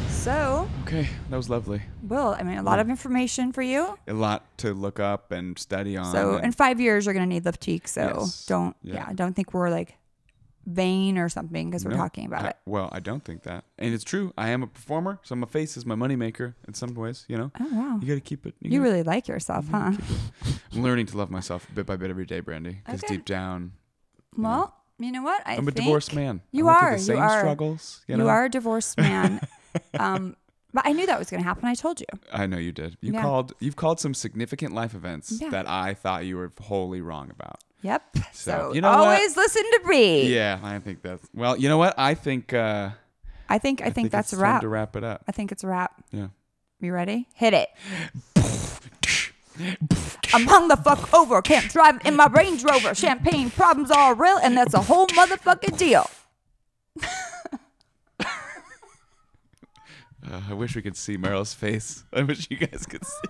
So, Okay, that was lovely. Will, I mean, a Mm. lot of information for you. A lot to look up and study on. So in and five years, you're gonna need Liftique. So Yes. don't, yeah. Yeah. don't think we're like vain or something because we're No, talking about I- it. Well, I don't think that, and it's true. I am a performer, so my face is my moneymaker in some ways. You know, Oh wow, you got to keep it. you gotta- really like yourself, Mm-hmm. huh? I'm learning to love myself bit by bit every day, Brandy. Because Okay. deep down, Well, you know what? I I'm a think divorced man. I You went through are. the same you are. struggles. You, You, know? are a divorced man. um, but I knew that was gonna happen. I told you. I know you did. You Yeah. called. You've called some significant life events Yeah. that I thought you were wholly wrong about. Yep. So, you know what? always listen to Bree. Yeah, I think that's well. You know what? I think. Uh, I think I, think, that's a it's wrap. Time to wrap it up. I think it's a wrap. Yeah. You ready? Hit it. I'm hung the fuck over. Can't drive in my Range Rover. Champagne problems are real, and that's a whole motherfucking deal. Uh, I wish we could see Meryl's face. I wish you guys could see.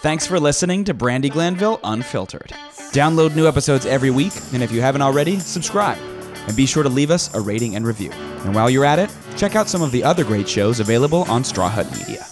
Thanks for listening to Brandy Glanville Unfiltered. Download new episodes every week, and if you haven't already, subscribe. And be sure to leave us a rating and review. And while you're at it, check out some of the other great shows available on Straw Hut Media.